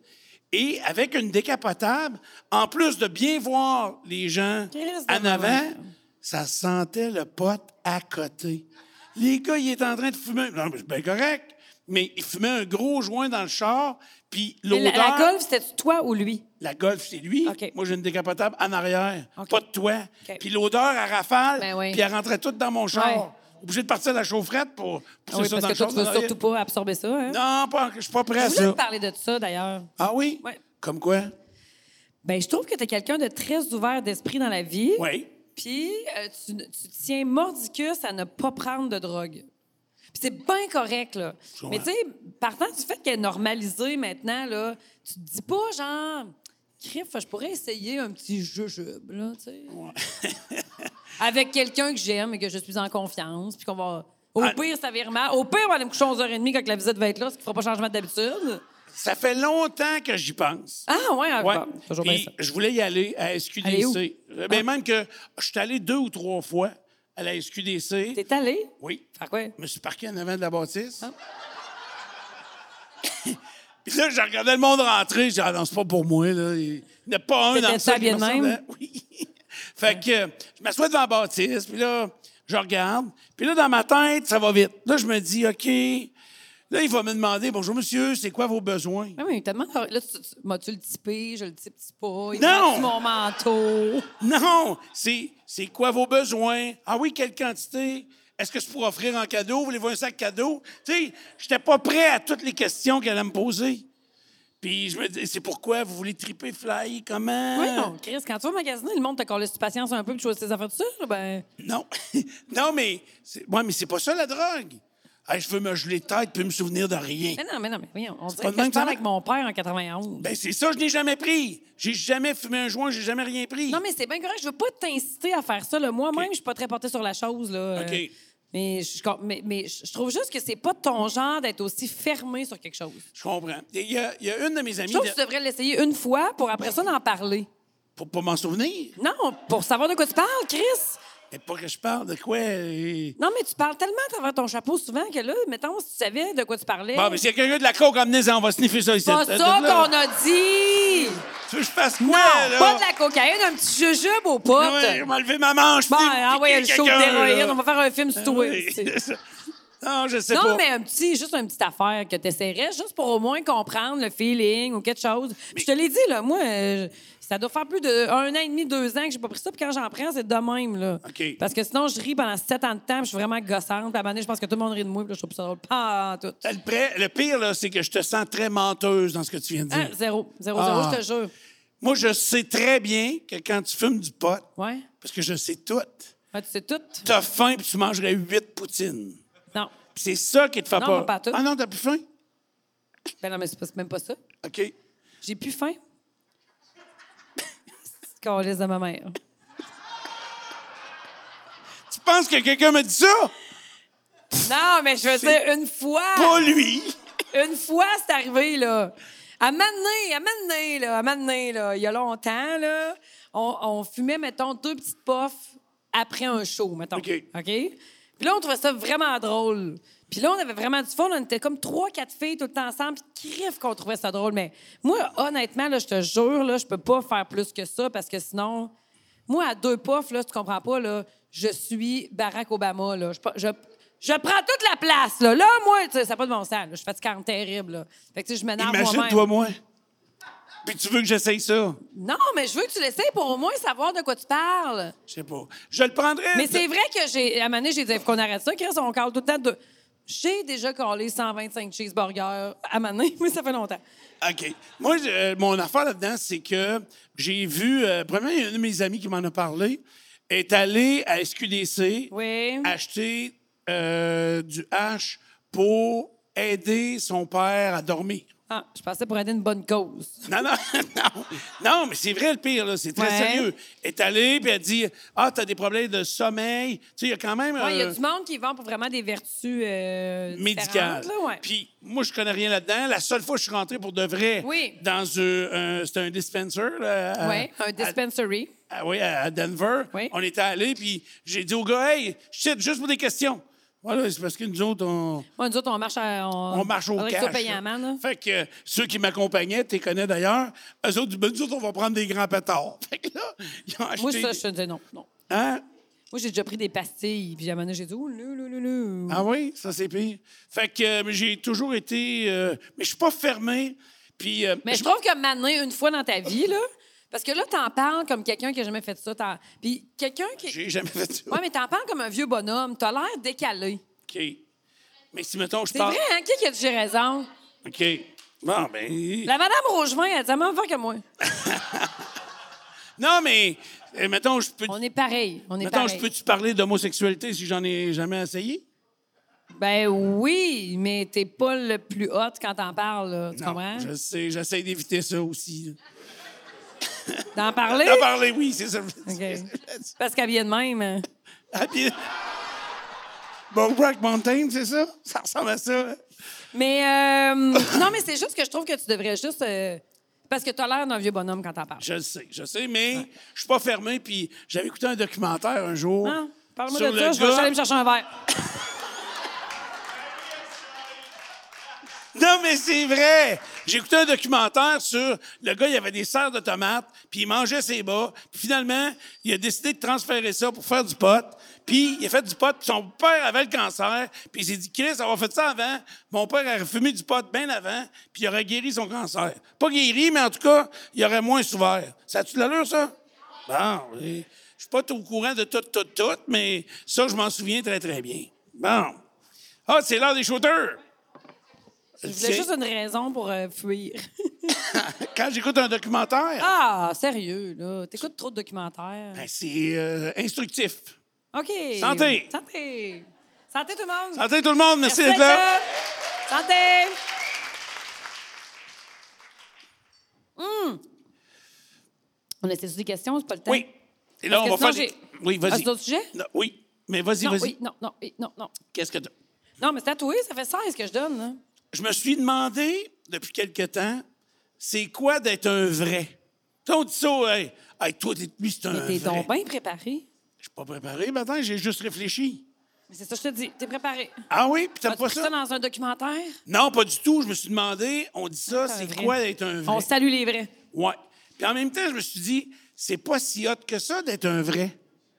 Speaker 3: Et avec une décapotable, en plus de bien voir les gens
Speaker 2: Christ de
Speaker 3: en avant,
Speaker 2: malade.
Speaker 3: ça sentait le pote à côté. Les gars, ils étaient en train de fumer. Non, mais c'est bien correct. Mais ils fumaient un gros joint dans le char, puis
Speaker 2: Mais La,
Speaker 3: l'odeur...
Speaker 2: la golf, c'était toi ou lui?
Speaker 3: La Golf, c'est lui.
Speaker 2: OK.
Speaker 3: Moi, j'ai une décapotable en arrière,
Speaker 2: OK.
Speaker 3: pas de toit.
Speaker 2: OK.
Speaker 3: Puis l'odeur, à rafale,
Speaker 2: Ben oui.
Speaker 3: puis elle rentrait toute dans mon char.
Speaker 2: Ouais.
Speaker 3: Obligé de partir à la chaufferette pour pousser
Speaker 2: Ah
Speaker 3: ça
Speaker 2: oui, parce
Speaker 3: dans
Speaker 2: que
Speaker 3: le
Speaker 2: toi,
Speaker 3: char.
Speaker 2: tu
Speaker 3: de
Speaker 2: veux
Speaker 3: l'arrière.
Speaker 2: surtout pas absorber ça, hein?
Speaker 3: Non, pas, je suis pas prêt à
Speaker 2: Je voulais
Speaker 3: ça.
Speaker 2: te parler de ça, d'ailleurs.
Speaker 3: Ah oui?
Speaker 2: Ouais.
Speaker 3: Comme quoi?
Speaker 2: Ben, je trouve que t'es quelqu'un de très ouvert d'esprit dans la vie.
Speaker 3: Oui.
Speaker 2: Puis euh, tu, tu tiens mordicus à ne pas prendre de drogue. Puis c'est bien correct, là.
Speaker 3: comprends.
Speaker 2: Mais tu sais, partant du fait qu'elle est normalisée maintenant, là, tu te dis pas, genre, crif, je pourrais essayer un petit jujube, là, tu sais. Avec quelqu'un que j'aime et que je suis en confiance, puis qu'on va. Au
Speaker 3: Ah.
Speaker 2: pire, ça vire mal. Au pire, on va aller me coucher 11h30 quand la visite va être là, ce qui fera pas changement d'habitude.
Speaker 3: Ça fait longtemps que j'y pense.
Speaker 2: Ah, ouais,
Speaker 3: Ouais.
Speaker 2: encore. Toujours bien
Speaker 3: Puis
Speaker 2: ça.
Speaker 3: Je voulais y aller à
Speaker 2: Aller où? Ah.
Speaker 3: SQDC. Ben, Même que je suis allé deux ou trois fois à la SQDC.
Speaker 2: T'es allé?
Speaker 3: Oui.
Speaker 2: Faire quoi?
Speaker 3: Je me suis parqué en avant de la bâtisse.
Speaker 2: Ah.
Speaker 3: Puis là, je regardais le monde rentrer. Je dis, ah non, c'est pas pour moi. Là. Il n'y en a pas un dans
Speaker 2: T'étais
Speaker 3: ça. qui
Speaker 2: habillé de
Speaker 3: me
Speaker 2: même?
Speaker 3: ressemblait. Oui. fait que euh, je m'assois devant la bâtisse. Puis là, je regarde. Puis là, dans ma tête, ça va vite. Là, je me dis, OK. Là, il va me demander Bonjour, monsieur, c'est quoi vos besoins?
Speaker 2: Ah Oui, mais tellement. Là, tu, tu- m'as-tu le typé? Je le type pas. Il
Speaker 3: Non!
Speaker 2: m'a-tu mon manteau.
Speaker 3: Non, c'est c'est quoi vos besoins? Ah oui, quelle quantité? Est-ce que c'est pour offrir en cadeau? Voulez-vous un sac cadeau? Tu sais, j'étais pas prêt à toutes les questions qu'elle allait me poser. Puis je me dis, c'est pourquoi vous voulez triper fly? Comment?
Speaker 2: Oui, non, Chris, quand tu vas magasiner, le monde t'a collé sur patience un peu, puis tu choisis tes affaires tout seul, ben.
Speaker 3: Non, non, mais c'est ouais, mais c'est pas ça la drogue. Hey, je veux me geler tête puis me souvenir de rien.
Speaker 2: Mais non, mais non, mais oui, on
Speaker 3: pas
Speaker 2: dirait
Speaker 3: de
Speaker 2: que
Speaker 3: même
Speaker 2: je
Speaker 3: que ça
Speaker 2: parle
Speaker 3: va?
Speaker 2: avec mon père en 91.
Speaker 3: Ben c'est ça, je n'ai jamais pris. J'ai jamais fumé un joint, j'ai jamais rien pris.
Speaker 2: Non, mais c'est bien correct. Je veux pas t'inciter à faire ça. là. Moi-même,
Speaker 3: OK.
Speaker 2: je suis pas très portée sur la chose. Là.
Speaker 3: OK.
Speaker 2: Euh, mais, je, com- mais, mais je je trouve juste que c'est pas ton genre d'être aussi fermé sur quelque chose.
Speaker 3: Je comprends. Il y, a, il y a une de mes amies
Speaker 2: Je trouve
Speaker 3: de-
Speaker 2: que tu devrais l'essayer une fois pour après ça d'en parler.
Speaker 3: pour pas m'en souvenir.
Speaker 2: Non, pour savoir de quoi tu parles, Chris.
Speaker 3: Mais pas que je parle de quoi. euh,
Speaker 2: Non, mais tu parles tellement à travers ton chapeau souvent que là, mettons, si tu savais de quoi tu parlais.
Speaker 3: Bon, Ah, mais s'il y a quelqu'un de la coke, amenez-en, on va sniffer ça ici.
Speaker 2: C'est pas
Speaker 3: Euh,
Speaker 2: ça
Speaker 3: de là.
Speaker 2: qu'on a dit!
Speaker 3: Tu veux que je fasse quoi,
Speaker 2: Non,
Speaker 3: là?
Speaker 2: pas de la cocaïne, un petit jujube aux potes.
Speaker 3: Ouais, je vais enlever ma manche.
Speaker 2: Bon, euh,
Speaker 3: puis
Speaker 2: envoyez le
Speaker 3: piquer
Speaker 2: show
Speaker 3: quelqu'un,
Speaker 2: d'héroïne,
Speaker 3: là. Ah
Speaker 2: on va faire un film sur toi.
Speaker 3: Oui,
Speaker 2: tu sais.
Speaker 3: c'est ça. Non, je sais
Speaker 2: Non,
Speaker 3: pas.
Speaker 2: mais un petit, juste une petite affaire que tu essaierais, juste pour au moins comprendre le feeling ou quelque chose. Je te l'ai dit, là, moi, euh, ça doit faire plus de un an et demi, deux ans que j'ai pas pris ça, puis quand j'en prends, c'est de même, là.
Speaker 3: OK.
Speaker 2: Parce que sinon, je ris pendant sept ans de temps, puis je suis vraiment gossante, puis à un moment donné, je pense que tout le monde rit de moi, puis là, je trouve ça drôle. Pas en tout.
Speaker 3: Le, prêt- le pire, là, c'est que je te sens très menteuse dans ce que tu viens de
Speaker 2: Hein,
Speaker 3: dire.
Speaker 2: zéro, zéro,
Speaker 3: Ah.
Speaker 2: zéro, je te jure.
Speaker 3: Moi, je sais très bien que quand tu fumes du pot,
Speaker 2: Ouais.
Speaker 3: parce que je sais tout,
Speaker 2: Ouais, tu sais tout?
Speaker 3: t'as faim puis tu mangerais huit poutines.
Speaker 2: Non.
Speaker 3: Puis c'est ça qui te fait
Speaker 2: Non,
Speaker 3: peur.
Speaker 2: pas tout.
Speaker 3: Ah non, t'as plus faim?
Speaker 2: Ben non, mais c'est pas- c'est même pas ça.
Speaker 3: OK.
Speaker 2: J'ai plus faim. C'est laisse de ma mère.
Speaker 3: Tu penses que quelqu'un m'a dit ça?
Speaker 2: Non, mais je veux
Speaker 3: C'est
Speaker 2: dire, une fois.
Speaker 3: Pas lui!
Speaker 2: Une fois, c'est arrivé, là. À Mané, à Mané, là, à Mané, là, il y a longtemps, là, on, on fumait, mettons, deux petites puffs après un show, mettons.
Speaker 3: OK.
Speaker 2: Puis là, on trouvait ça vraiment drôle. Puis là, on avait vraiment du fun. On était comme trois, quatre filles tout le temps ensemble. Puis crif qu'on trouvait ça drôle. Mais moi, honnêtement, là, je te jure, là, je peux pas faire plus que ça parce que sinon, moi, à deux puffs, là, si tu comprends pas, là, je suis Barack Obama, là. Je, pa- je, je prends toute la place, là. Là, moi, tu sais, ça n'a pas de bon sens. là. Je suis fatigante terrible, là. Fait que, tu sais, je m'énerve moi-même.
Speaker 3: Imagine-toi, moi. Puis tu veux que j'essaye ça?
Speaker 2: Non, mais je veux que tu l'essayes pour au moins savoir de quoi tu parles.
Speaker 3: Je sais pas. Je le prendrais.
Speaker 2: Mais c'est vrai que j'ai. À un moment donné, j'ai dit, faut qu'on arrête ça, Chris, on cale tout le temps de. J'ai déjà collé 125 cheeseburgers à un moment donné, mais ça fait longtemps.
Speaker 3: OK. Moi, je- euh, mon affaire là-dedans, c'est que j'ai vu. euh, premièrement, il y a un de mes amis qui m'en a parlé. est allé à SQDC
Speaker 2: Oui.
Speaker 3: acheter euh, du H pour aider son père à dormir.
Speaker 2: Ah, je pensais pour aider une bonne cause.
Speaker 3: Non, non, non. Non, mais c'est vrai le pire, là. C'est très
Speaker 2: Ouais.
Speaker 3: sérieux. est allé, puis elle dit Ah, t'as des problèmes de sommeil. Tu sais, il y a quand même.
Speaker 2: Ouais, Il y a
Speaker 3: euh,
Speaker 2: du monde qui vend pour vraiment des vertus euh,
Speaker 3: médical.
Speaker 2: différentes, là, ouais.
Speaker 3: Puis moi, je connais rien là-dedans. La seule fois que je suis rentré pour de vrai
Speaker 2: Oui.
Speaker 3: dans un, un- c'était un dispenser. là, à-
Speaker 2: Ouais,
Speaker 3: euh, à-
Speaker 2: un dispensary.
Speaker 3: à- oui, à Denver.
Speaker 2: Oui.
Speaker 3: On était allés, puis j'ai dit au gars, hey, shit, juste pour des questions. Voilà, c'est parce que nous autres, on,
Speaker 2: Ouais, nous autres, on marche, à- on,
Speaker 3: on marche au
Speaker 2: faudrait que
Speaker 3: cash.
Speaker 2: tu sois payant, man, là.
Speaker 3: là. Fait que euh, ceux qui m'accompagnaient, tu les connais d'ailleurs, eux autres, ben, nous autres, on va prendre des grands pétards. Fait que là, ils ont acheté...
Speaker 2: Moi, ça, je te disais non, non.
Speaker 3: Hein?
Speaker 2: Moi, j'ai déjà pris des pastilles, puis à un moment donné, j'ai dit, ouh, là, là, là, là.
Speaker 3: Ah oui, ça c'est pire. Fait que euh, j'ai toujours été... euh, mais je suis pas fermé. Puis, euh,
Speaker 2: Mais je trouve que maner une fois dans ta vie, là, parce que là, t'en parles comme quelqu'un qui a jamais fait ça. t'en- Puis quelqu'un qui.
Speaker 3: J'ai jamais fait ça.
Speaker 2: Ouais, mais t'en parles comme un vieux bonhomme. T'as l'air décalé.
Speaker 3: OK. Mais si, mettons, je
Speaker 2: C'est
Speaker 3: parle...
Speaker 2: vrai, hein? Qui qui a dit j'ai raison?
Speaker 3: OK. Bon, ben...
Speaker 2: La madame Rougevin, elle dit la même affaire que moi.
Speaker 3: Non, mais, euh, mettons, je peux...
Speaker 2: On est pareil. On est
Speaker 3: Mettons, je
Speaker 2: pareil.
Speaker 3: peux-tu parler d'homosexualité si j'en ai jamais essayé?
Speaker 2: Ben oui, mais t'es pas le plus hot quand t'en parles, là, tu comprends?
Speaker 3: Je sais, j'essaie d'éviter ça aussi.
Speaker 2: D'en parler?
Speaker 3: T'as parlé, oui, c'est ça.
Speaker 2: OK. Parce qu'elle vient de même. hein.
Speaker 3: Ah, puis- Bon, Rock Mountain, c'est ça? Ça ressemble à ça. hein?
Speaker 2: Mais euh, non, mais c'est juste que je trouve que tu devrais juste. euh, parce que t'as l'air d'un vieux bonhomme quand t'en parles.
Speaker 3: Je le sais, je sais, mais je suis pas fermé. Puis j'avais écouté un documentaire un jour.
Speaker 2: Hein?
Speaker 3: sur
Speaker 2: Parle-moi de
Speaker 3: le
Speaker 2: ça, je vais
Speaker 3: gars-
Speaker 2: juste aller me chercher un verre.
Speaker 3: Non, mais c'est vrai! J'ai écouté un documentaire sur le gars, il avait des serres de tomates, puis il mangeait ses bas, puis finalement, il a décidé de transférer ça pour faire du pot, puis il a fait du pot, puis son père avait le cancer, puis il s'est dit, Chris, avoir fait ça avant, mon père aurait fumé du pot bien avant, puis il aurait guéri son cancer. Pas guéri, mais en tout cas, il aurait moins souffert. Ça a-tu de l'allure, ça? Bon, oui. je suis pas tout au courant de tout, tout, tout, mais ça, je m'en souviens très, très bien. Bon. Ah, c'est l'heure des shooters!
Speaker 2: Je voulais juste une raison pour euh, fuir.
Speaker 3: Quand j'écoute un documentaire,
Speaker 2: Ah, sérieux, là. T'écoutes trop de documentaires.
Speaker 3: ben, c'est euh, instructif.
Speaker 2: OK.
Speaker 3: Santé.
Speaker 2: Santé. Santé, tout le monde.
Speaker 3: Santé tout le monde, merci, d'être
Speaker 2: d'être
Speaker 3: là.
Speaker 2: là. Santé. Hum. On était sur des questions, c'est pas le temps.
Speaker 3: Oui. Et là,
Speaker 2: Parce
Speaker 3: on
Speaker 2: que
Speaker 3: va
Speaker 2: sinon,
Speaker 3: faire. des-
Speaker 2: j'ai-
Speaker 3: Oui,
Speaker 2: Ah,
Speaker 3: vas-y.
Speaker 2: c'est d'autres sujets?
Speaker 3: Non, oui, mais vas-y,
Speaker 2: Non,
Speaker 3: vas-y.
Speaker 2: oui, non, non, oui, non, non.
Speaker 3: Qu'est-ce que t'as?
Speaker 2: Non, mais c'est tatoué, ça fait 16 que je donne, hein. là.
Speaker 3: Je me suis demandé depuis quelque temps, c'est quoi d'être un vrai? Quand on dit ça, hey, hey, toi, t'es- lui, c'est un
Speaker 2: Mais t'es
Speaker 3: vrai.
Speaker 2: donc bien préparé.
Speaker 3: Je suis pas préparé, maintenant, j'ai juste réfléchi.
Speaker 2: Mais c'est ça, je te dis. T'es préparé.
Speaker 3: Ah oui, puis t'as
Speaker 2: As-tu
Speaker 3: pas
Speaker 2: pris
Speaker 3: ça?
Speaker 2: ça dans un documentaire?
Speaker 3: Non, pas du tout. Je me suis demandé, on dit ça,
Speaker 2: Un
Speaker 3: c'est
Speaker 2: vrai.
Speaker 3: quoi d'être un vrai?
Speaker 2: On salue les vrais.
Speaker 3: Ouais. Puis en même temps, je me suis dit, c'est pas si hot que ça d'être un vrai.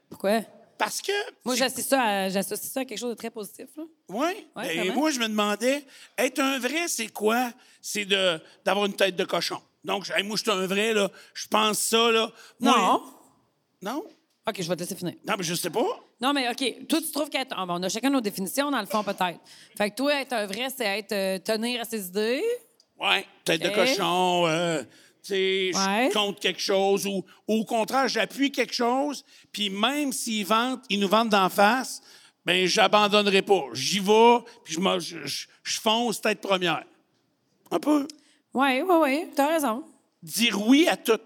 Speaker 2: Pourquoi?
Speaker 3: Parce que.
Speaker 2: Moi,
Speaker 3: c'est-
Speaker 2: j'associe ça, à, j'associe ça à quelque chose de très positif, là.
Speaker 3: Oui.
Speaker 2: Ouais,
Speaker 3: Et
Speaker 2: vraiment.
Speaker 3: ben, moi, je me demandais, être un vrai, c'est quoi? C'est de, d'avoir une tête de cochon. Donc, hey, moi, je suis un vrai, là. Je pense ça, là. Moi-
Speaker 2: Non.
Speaker 3: Non?
Speaker 2: OK, je vais te laisser finir.
Speaker 3: Non, mais je sais pas.
Speaker 2: Non, mais OK. Toi, tu trouves qu'être. ah, ben, on a chacun nos définitions, dans le fond, peut-être. Fait que toi, être un vrai, c'est être euh, tenir à ses idées.
Speaker 3: Ouais. Tête de
Speaker 2: Ok.
Speaker 3: cochon, euh, tu sais, je
Speaker 2: Ouais.
Speaker 3: compte quelque chose ou, ou au contraire, j'appuie quelque chose, puis même s'ils vendent, ils nous vendent d'en face, ben j'abandonnerai pas. J'y vais, puis je, m'en- je, je- je fonce tête première. Un peu.
Speaker 2: Oui, oui, oui. T'as raison.
Speaker 3: dire oui à tout.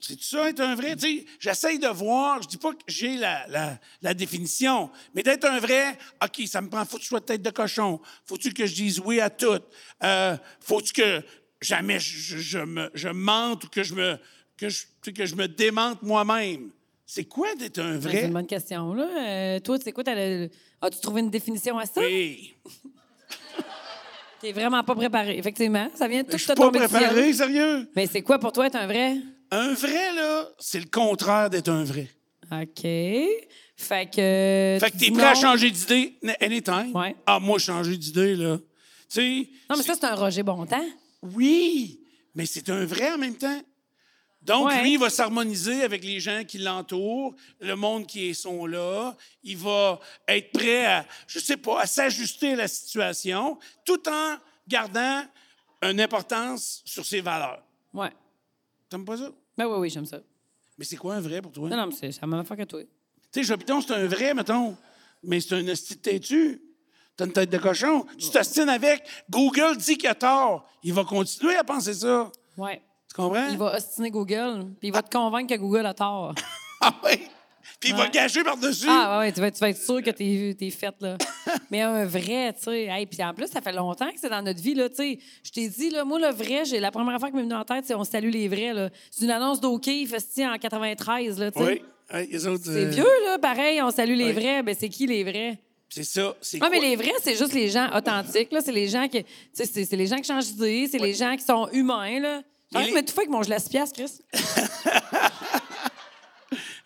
Speaker 3: C'est ça être un vrai? Tu sais, J'essaye de voir, je dis pas que j'ai la, la- la définition, mais d'être un vrai, OK, ça me prend, faut que je sois tête de cochon, faut-tu que je dise oui à tout, euh, faut-tu que jamais je, je- je me, je mente ou que je me, que je, tu sais, que je me démente moi-même. C'est quoi d'être un
Speaker 2: C'est
Speaker 3: vrai?
Speaker 2: une bonne question, là. Euh, toi, tu sais quoi? t'as le- As-tu trouvé une définition à ça?
Speaker 3: Oui.
Speaker 2: T'es vraiment pas préparé, effectivement. Ça vient tout
Speaker 3: Je suis
Speaker 2: te
Speaker 3: pas
Speaker 2: tomber du ciel.
Speaker 3: préparé, sérieux.
Speaker 2: Mais c'est quoi pour toi être un vrai?
Speaker 3: Un vrai, là, c'est le contraire d'être un vrai.
Speaker 2: OK. Fait que.
Speaker 3: Fait que t'es
Speaker 2: dis
Speaker 3: prêt à
Speaker 2: non.
Speaker 3: changer d'idée n- anytime?
Speaker 2: Ouais.
Speaker 3: Ah, moi, changer d'idée, là. Tu sais,
Speaker 2: Non, mais ça, c'est un Roger Bontemps.
Speaker 3: oui, mais c'est un vrai en même temps. Donc,
Speaker 2: Ouais.
Speaker 3: lui, il va s'harmoniser avec les gens qui l'entourent, le monde qui est- sont là. Il va être prêt à, je sais pas, à s'ajuster à la situation, tout en gardant une importance sur ses valeurs.
Speaker 2: Ouais.
Speaker 3: T'aimes pas ça?
Speaker 2: Ben oui, oui, j'aime ça.
Speaker 3: Mais c'est quoi un vrai pour toi?
Speaker 2: Non, non, mais c'est c'est la même affaire que toi.
Speaker 3: Tu sais, Jobidon, c'est un vrai, mettons, mais c'est un esti de têtu. T'as une tête de cochon. Tu t'ostines avec. Google dit qu'il a tort. Il va continuer à penser ça.
Speaker 2: Ouais.
Speaker 3: Tu comprends?
Speaker 2: Il va ostiner Google, puis il va te convaincre que Google a tort.
Speaker 3: Ah oui! Puis il va
Speaker 2: Ouais.
Speaker 3: gâcher par-dessus.
Speaker 2: Ah ouais, tu vas, tu vas être sûr que t'es, t'es faite, là. Mais un vrai, tu sais. Hey, puis en plus, ça fait longtemps que c'est dans notre vie, là, tu sais. Je t'ai dit, là, moi, le vrai, j'ai, la première fois qui m'est venue en tête, c'est On salue les vrais, là. C'est une annonce d'Hockey, fait en 93, là, tu sais.
Speaker 3: oui. oui, les autres,
Speaker 2: C'est
Speaker 3: euh,
Speaker 2: vieux, là, pareil, On salue les
Speaker 3: oui.
Speaker 2: vrais. Ben, c'est qui les vrais?
Speaker 3: C'est ça. C'est
Speaker 2: Non, mais
Speaker 3: quoi?
Speaker 2: les vrais, c'est juste les gens authentiques, là. C'est les gens qui, tu sais, c'est, c'est les gens qui changent d'idée, c'est les gens qui sont humains, là.
Speaker 3: Et
Speaker 2: J'ai envie de
Speaker 3: les-
Speaker 2: m'étouffer avec mon gelasse pièce, Chris.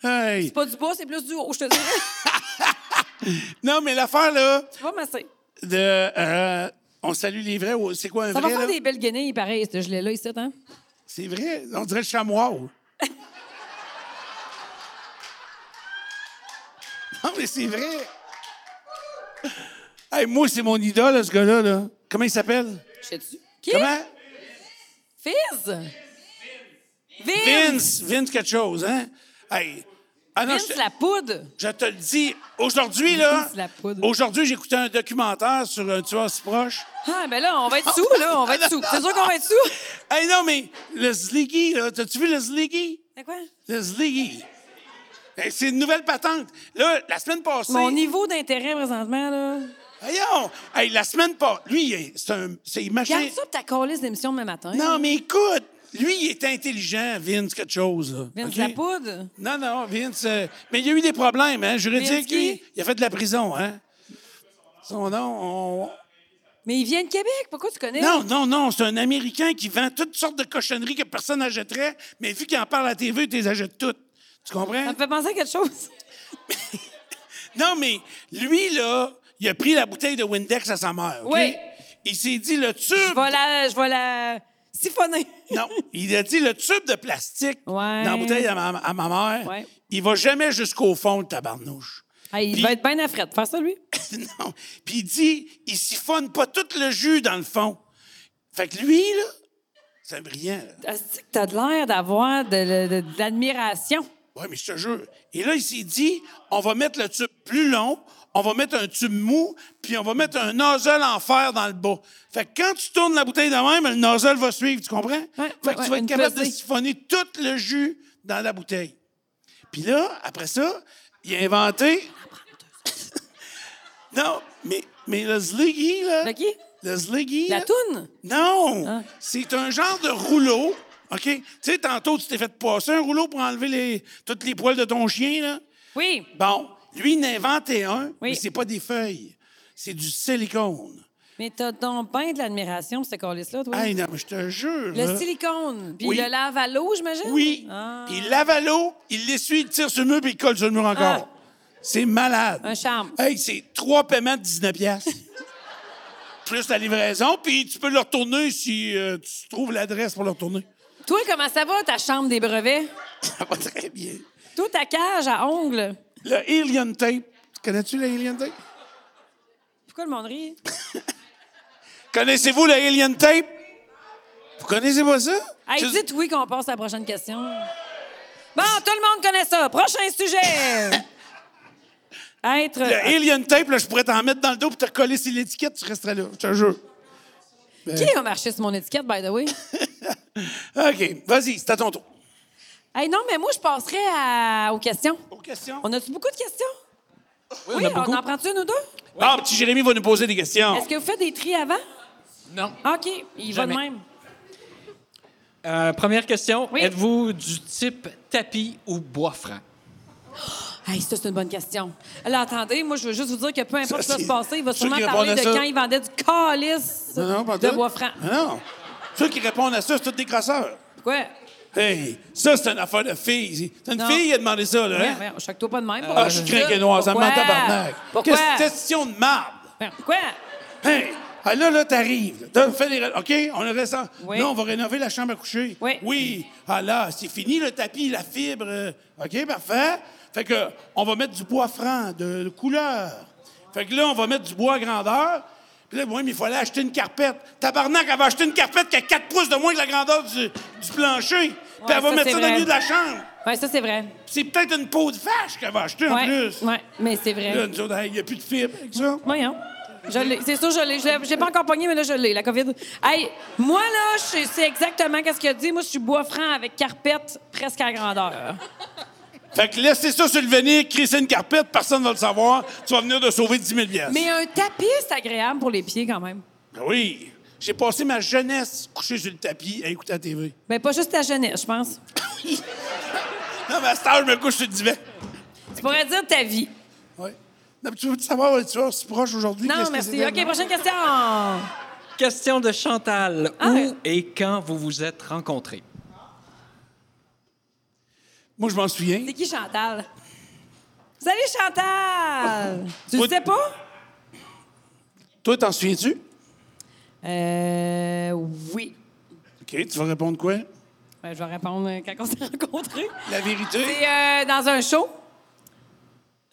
Speaker 3: Hey.
Speaker 2: C'est pas du bas, c'est plus du haut, je te dirais.
Speaker 3: Non, mais l'affaire, là,
Speaker 2: Tu vas masser.
Speaker 3: de. euh, on salue les vrais. ou- C'est quoi un
Speaker 2: Ça va
Speaker 3: vrai? là?
Speaker 2: faire des belles guenilles, pareil, ce gilet-là, ici, hein?
Speaker 3: C'est vrai. On dirait le chamois. ou- non, mais c'est vrai. Hey, moi, c'est mon idole, ce gars-là. Là. Comment il s'appelle?
Speaker 2: Je sais-tu? Qui?
Speaker 3: Comment?
Speaker 2: Fizz? Vince!
Speaker 3: Vince. Vince quelque chose, hein? Hey. Ah non,
Speaker 2: Vince
Speaker 3: je-
Speaker 2: la poudre!
Speaker 3: Je te le dis, aujourd'hui, là,
Speaker 2: Vince la poudre.
Speaker 3: aujourd'hui, j'écoutais un documentaire sur un tueur si proche.
Speaker 2: Ah, ben là, on va être sous, là, on va être sous. C'est sûr qu'on va être sous?
Speaker 3: Hey, non, mais le Zliggy, là, t'as-tu vu le Zliggy?
Speaker 2: C'est quoi?
Speaker 3: Le Zliggy. Hey, c'est une nouvelle patente. Là, la semaine passée...
Speaker 2: Mon niveau d'intérêt présentement, là.
Speaker 3: Voyons! Hey, la semaine passée... Lui, il est- c'est un... C'est une machine-
Speaker 2: Garde ça pour ta calice d'émission demain matin.
Speaker 3: Non, mais écoute! Lui, il est intelligent, Vince, quelque chose, là.
Speaker 2: Vince
Speaker 3: OK?
Speaker 2: la poudre?
Speaker 3: Non, non, Vince... euh, Mais il y a eu des problèmes, hein, juridiques.
Speaker 2: Vince qui?
Speaker 3: lui. Il a fait de la prison, hein? Son nom, on...
Speaker 2: Mais il vient de Québec. Pourquoi tu connais?
Speaker 3: Non, non, non, c'est un Américain qui vend toutes sortes de cochonneries que personne n'achèterait, mais vu qu'il en parle à la TV, tu les achètes toutes. Tu comprends?
Speaker 2: Ça me fait penser à quelque chose.
Speaker 3: Non, mais lui, là, il a pris la bouteille de Windex à sa mère. OK?
Speaker 2: Oui.
Speaker 3: Il s'est dit le tube.
Speaker 2: Je vais la, je vais la siphonner.
Speaker 3: Non, il a dit le tube de plastique
Speaker 2: Ouais.
Speaker 3: dans la bouteille à ma, à ma mère.
Speaker 2: Ouais.
Speaker 3: Il va jamais jusqu'au fond, le tabarnouche.
Speaker 2: Ah, il
Speaker 3: Puis-
Speaker 2: va être bien à fret de faire ça, lui.
Speaker 3: non. Puis il dit, il siphonne pas tout le jus dans le fond. Fait que lui, là, c'est un brillant, là.
Speaker 2: Est-ce que t'as de l'air d'avoir de, de- de l'admiration?
Speaker 3: Ouais, mais je te jure. Et là, il s'est dit, on va mettre le tube plus long, on va mettre un tube mou, puis on va mettre un nozzle en fer dans le bas. Fait que quand tu tournes la bouteille de même, le nozzle va suivre, tu comprends? fait que
Speaker 2: ouais,
Speaker 3: tu vas
Speaker 2: une
Speaker 3: être capable
Speaker 2: pesée.
Speaker 3: de siphonner tout le jus dans la bouteille. Puis là, après ça, il a inventé... non, mais, mais le Zliggy, là...
Speaker 2: Le qui?
Speaker 3: Le Zliggy,
Speaker 2: La
Speaker 3: là-
Speaker 2: toune?
Speaker 3: non!
Speaker 2: Ah.
Speaker 3: C'est un genre de rouleau. OK? Tu sais, tantôt, tu t'es fait passer un rouleau pour enlever les, toutes les poils de ton chien, là.
Speaker 2: Oui.
Speaker 3: Bon, lui, il en a inventé un, mais c'est pas des feuilles. C'est du silicone.
Speaker 2: Mais t'as donc bien de l'admiration, ce colis-là, toi.
Speaker 3: Hey, non, mais je te jure.
Speaker 2: le
Speaker 3: là.
Speaker 2: silicone. Puis
Speaker 3: Oui.
Speaker 2: le lave à l'eau, j'imagine?
Speaker 3: Oui.
Speaker 2: Ah.
Speaker 3: Puis il lave à l'eau, il l'essuie, il tire sur le mur, puis il colle sur le mur encore. C'est malade.
Speaker 2: Un charme.
Speaker 3: Hey, c'est trois paiements de 19 piastres. Plus la livraison, puis tu peux le retourner si euh, tu trouves l'adresse pour le retourner.
Speaker 2: Toi, comment ça va, ta chambre des brevets?
Speaker 3: Ça va très bien.
Speaker 2: Toi, ta cage à ongles.
Speaker 3: Le Alien Tape. Connais-tu le Alien Tape?
Speaker 2: Pourquoi le monde rit?
Speaker 3: Connaissez-vous le Alien Tape? Vous connaissez pas ça?
Speaker 2: Hey,
Speaker 3: Je-
Speaker 2: dites oui qu'on passe à la prochaine question. Bon, tout le monde connaît ça. Prochain sujet. Être...
Speaker 3: Le Alien Tape, là, je pourrais t'en mettre dans le dos pour te coller sur l'étiquette, tu resterais là, je te jure.
Speaker 2: Euh, Qui a marché sur mon étiquette, by the way?
Speaker 3: OK, vas-y, c'est à ton tour.
Speaker 2: Hey, non, mais moi, je passerais à- aux questions.
Speaker 3: Aux questions?
Speaker 2: On a-tu beaucoup de questions? Oui,
Speaker 4: a
Speaker 2: on,
Speaker 4: beaucoup.
Speaker 2: en prend-tu une ou deux?
Speaker 3: Ah, petit Jérémy va nous poser des questions.
Speaker 2: Est-ce que vous faites des tri avant?
Speaker 4: Non.
Speaker 2: OK, il va de
Speaker 4: Jamais.
Speaker 2: même.
Speaker 4: Euh, première question.
Speaker 2: Oui.
Speaker 4: Êtes-vous du type tapis ou bois franc?
Speaker 2: Hey, ça, c'est une bonne question. Là, attendez, moi, je veux juste vous dire que peu importe
Speaker 3: Ça,
Speaker 2: ce qui va se
Speaker 3: c'est-
Speaker 2: passer, il va
Speaker 3: ceux
Speaker 2: sûrement
Speaker 3: qui
Speaker 2: parler de
Speaker 3: répondent à ça.
Speaker 2: quand il vendait du calice
Speaker 3: pas
Speaker 2: de
Speaker 3: tout.
Speaker 2: bois franc.
Speaker 3: Ah Non. Ceux qui répondent à ça, c'est tous des crasseurs.
Speaker 2: Pourquoi?
Speaker 3: Hey, ça, c'est une affaire de fille. C'est une
Speaker 2: Non.
Speaker 3: fille qui a demandé ça, là. hein?
Speaker 2: Merde, choque-toi pas de même.
Speaker 3: Ah, je suis craqué noir, ça me
Speaker 2: Pourquoi?
Speaker 3: ment tabarnak.
Speaker 2: Pourquoi?
Speaker 3: Qu'est-ce- Question de marbre.
Speaker 2: Merde, Pourquoi?
Speaker 3: Hey, ah, là, là, t'arrives. là. T'as fait les ré- OK, on le reste.
Speaker 2: Oui.
Speaker 3: Là, on va rénover la chambre à coucher.
Speaker 2: Oui.
Speaker 3: Ah là, c'est fini le tapis, la fibre. euh, OK, parfait. Fait que, on va mettre du bois franc de, de couleur. Fait que là, on va mettre du bois à grandeur. Puis là, oui, mais il fallait acheter une carpette. Tabarnak, elle va acheter une carpette qui a 4 pouces de moins que la grandeur du, du plancher. Puis
Speaker 2: Ouais,
Speaker 3: elle va
Speaker 2: ça,
Speaker 3: mettre
Speaker 2: c'est
Speaker 3: ça dans
Speaker 2: vrai.
Speaker 3: le milieu de la chambre.
Speaker 2: Oui, ça, c'est vrai.
Speaker 3: C'est peut-être une peau de vache qu'elle va acheter en
Speaker 2: Oui,
Speaker 3: plus.
Speaker 2: ouais, mais c'est vrai.
Speaker 3: Là, nous autres, hey, il n'y a plus de fibre avec ça.
Speaker 2: Voyons. Je l'ai. C'est sûr, je l'ai. Je l'ai- J'ai pas encore pogné, mais là, je l'ai, la COVID. Hey, moi, là, je sais- c'est exactement ce qu'il a dit. Moi, je suis bois franc avec carpette presque à grandeur.
Speaker 3: Fait que laissez ça sur le venir, crisser une carpette, personne ne va le savoir. Tu vas venir de sauver 10 000 piastres.
Speaker 2: Mais un tapis, c'est agréable pour les pieds quand même.
Speaker 3: Ben Oui. J'ai passé ma jeunesse couchée sur le tapis à écouter la TV.
Speaker 2: Ben, pas juste ta jeunesse, je pense.
Speaker 3: Non, mais à cette heure, je me couche sur le divan.
Speaker 2: Tu pourrais dire ta vie.
Speaker 3: Oui. Non, mais tu veux savoir, tu vas voir si proche aujourd'hui?
Speaker 2: Non,
Speaker 3: qu'est-ce que
Speaker 2: merci.
Speaker 3: c'était?
Speaker 2: OK, prochaine question. Ah,
Speaker 4: Question de Chantal.
Speaker 2: Ah, ouais.
Speaker 4: Où et quand vous vous êtes rencontrés?
Speaker 3: Moi, je m'en souviens.
Speaker 2: C'est qui Chantal? Salut Chantal! tu le
Speaker 3: Moi-
Speaker 2: sais pas?
Speaker 3: Toi, t'en souviens-tu?
Speaker 2: Euh. Oui.
Speaker 3: OK, tu vas répondre quoi?
Speaker 2: Ben, je vais répondre euh, quand on s'est rencontrés.
Speaker 3: La vérité?
Speaker 2: C'est euh, dans un show.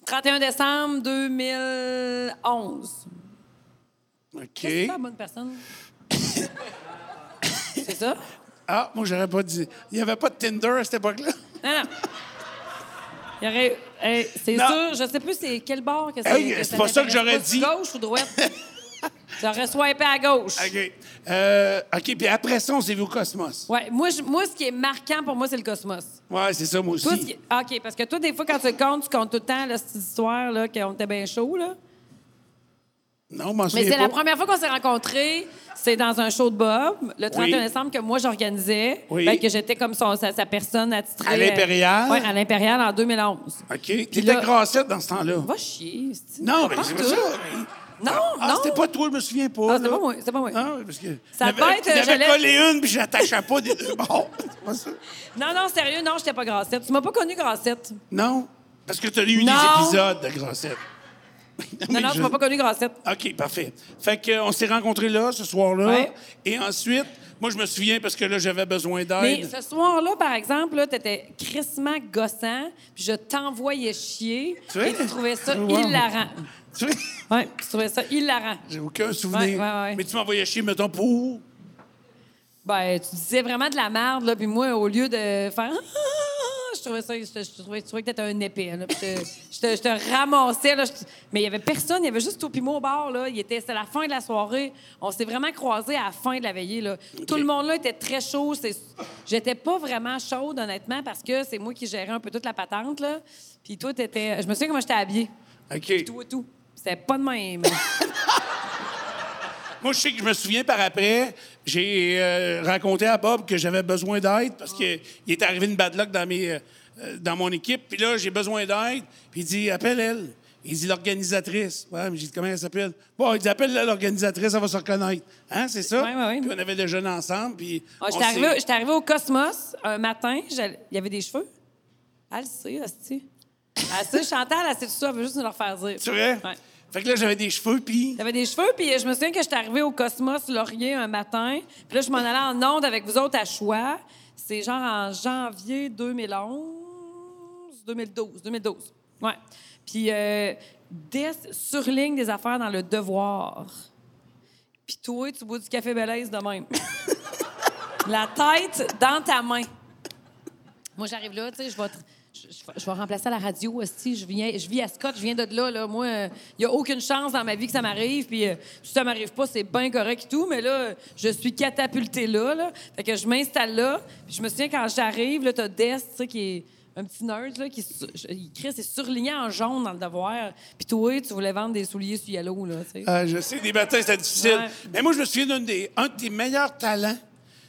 Speaker 2: 31 décembre 2011.
Speaker 3: OK.
Speaker 2: C'est pas la bonne personne. C'est ça?
Speaker 3: Ah, moi, j'aurais pas dit. Il n'y avait pas de Tinder à cette époque-là.
Speaker 2: Non, non. Il y aurait. Hey, c'est
Speaker 3: Non.
Speaker 2: sûr, je sais plus c'est quel bord que c'est.
Speaker 3: Hey,
Speaker 2: que
Speaker 3: c'est pas ça que
Speaker 2: t'intéresse
Speaker 3: j'aurais
Speaker 2: pas,
Speaker 3: dit.
Speaker 2: Gauche ou droite? j'aurais swipé à gauche.
Speaker 3: OK. Euh, OK, puis après ça, on s'est vu au Cosmos.
Speaker 2: Ouais, moi, je- moi, ce qui est marquant pour moi, c'est le cosmos.
Speaker 3: Ouais, c'est ça, moi aussi.
Speaker 2: Toi, ce qui- ah, OK, parce que toi, des fois, quand tu le comptes, tu comptes tout le temps là, cette histoire là, qu'on était bien chaud. Là.
Speaker 3: Non, je m'en
Speaker 2: Mais
Speaker 3: souviens
Speaker 2: c'est la
Speaker 3: pas.
Speaker 2: première fois qu'on s'est rencontrés. C'est dans un show de Bob, le 31
Speaker 3: Oui.
Speaker 2: décembre, que moi, j'organisais.
Speaker 3: Oui.
Speaker 2: Fait que j'étais comme son- sa, sa personne attitrée.
Speaker 3: À l'Impérial.
Speaker 2: Oui, à l'Impérial en 2011.
Speaker 3: OK.
Speaker 2: là-
Speaker 3: T'étais grassette dans ce temps-là.
Speaker 2: Va chier. c'est-tu.
Speaker 3: Non,
Speaker 2: Pas
Speaker 3: mais c'est pas
Speaker 2: partout.
Speaker 3: ça. mais
Speaker 2: Non,
Speaker 3: Ah,
Speaker 2: non.
Speaker 3: c'était pas toi, je me souviens pas.
Speaker 2: Ah, c'était
Speaker 3: là.
Speaker 2: pas moi, c'était pas moi.
Speaker 3: Ah, oui, parce que.
Speaker 2: Ça
Speaker 3: j'avais-
Speaker 2: peut être, euh,
Speaker 3: J'avais
Speaker 2: j'allais-
Speaker 3: collé une, puis j'attachais pas des deux bords. C'est pas ça?
Speaker 2: Non, non, sérieux, non, j'étais pas Grassette. Tu m'as pas connue Grassette.
Speaker 3: Non? Parce que t'as lu
Speaker 2: Non.
Speaker 3: des épisodes de Grossette.
Speaker 2: Non, non, tu m'as pas connue Grassette.
Speaker 3: OK, parfait. Fait qu'on s'est rencontrés là, ce soir-là.
Speaker 2: Ouais.
Speaker 3: Et ensuite, moi, je me souviens parce que là, j'avais besoin
Speaker 2: Mais
Speaker 3: d'aide.
Speaker 2: ce soir-là, par exemple, là, t'étais crissement gossant, puis je t'envoyais chier,
Speaker 3: Tu vois?
Speaker 2: et tu trouvais ça
Speaker 3: Wow.
Speaker 2: hilarant.
Speaker 3: Tu sais,
Speaker 2: Ouais, tu trouvais ça hilarant.
Speaker 3: J'ai aucun souvenir.
Speaker 2: Ouais, ouais, ouais.
Speaker 3: Mais tu m'envoyais chier, mettons, pour.
Speaker 2: Ben, tu disais vraiment de la merde, là, puis moi, au lieu de faire... Ah, Je trouvais ça, je, je trouvais, je trouvais que t'étais un épée, là, puis je, te- je te, je te ramassais, là, je- mais il y avait personne, il y avait juste au Pimo au bar, là, il était, c'était la fin de la soirée, on s'est vraiment croisés à la fin de la veillée, là. Tout le monde, là, était très chaud, c'est- j'étais pas vraiment chaude, honnêtement, parce que c'est moi qui gérais un peu toute la patente, là, puis toi, t'étais, je me souviens comment j'étais habillée,
Speaker 3: OK.
Speaker 2: tout et tout, c'était pas de même.
Speaker 3: Moi, je sais que je me souviens par après, j'ai euh, raconté à Bob que j'avais besoin d'aide parce qu'il est arrivé une bad luck dans, mes, euh, euh, dans mon équipe. Puis là, j'ai besoin d'aide. Puis il dit, appelle elle. Il dit, l'organisatrice. Ouais, mais j'ai dit, comment elle s'appelle? Bon, il dit, appelle l'organisatrice, elle va se reconnaître. Hein, c'est ça?
Speaker 2: Ouais, ouais, ouais.
Speaker 3: Puis on avait déjeuné ensemble. Puis.
Speaker 2: Ah,
Speaker 3: on
Speaker 2: J'étais
Speaker 3: s'est-
Speaker 2: arrivée, j'étais arrivée au Cosmos un matin, j'allais- il y avait des cheveux. Elle le sait, hostie. Elle sait, Chantal, elle sait tout ça, elle veut juste nous le faire dire.
Speaker 3: C'est vrai?
Speaker 2: Ouais.
Speaker 3: Fait que là, j'avais des cheveux, puis.
Speaker 2: J'avais des cheveux, puis je me souviens que j'étais arrivée au Cosmos Laurier un matin. Puis là, je m'en allais en onde avec vous autres à choix. C'est genre en janvier 2011, 2012, 2012. Ouais. Puis euh, des, surligne des affaires dans le devoir. Puis toi, tu bois du café Belaise de même. La tête dans ta main. Moi, j'arrive là, tu sais, je vais... tr- Je, je- je vais remplacer à la radio aussi. Je, viens, je vis à Scott, je viens de là. là. Moi, il n'y a aucune chance dans ma vie que ça m'arrive. Puis, euh, si ça m'arrive pas, c'est bien correct et tout. Mais là, euh, je suis catapultée là. là. Fait que je m'installe là. Puis, je me souviens quand j'arrive, là, t'as Des, tu sais, qui est un petit nerd, là, qui su- je- il crée, c'est surligné en jaune dans le devoir. Puis, toi, tu voulais vendre des souliers sur Yellow, là, tu sais.
Speaker 3: Ah, je sais, des matins, c'était difficile.
Speaker 2: Ouais.
Speaker 3: Mais moi, je me souviens d'un des, un de tes meilleurs talents,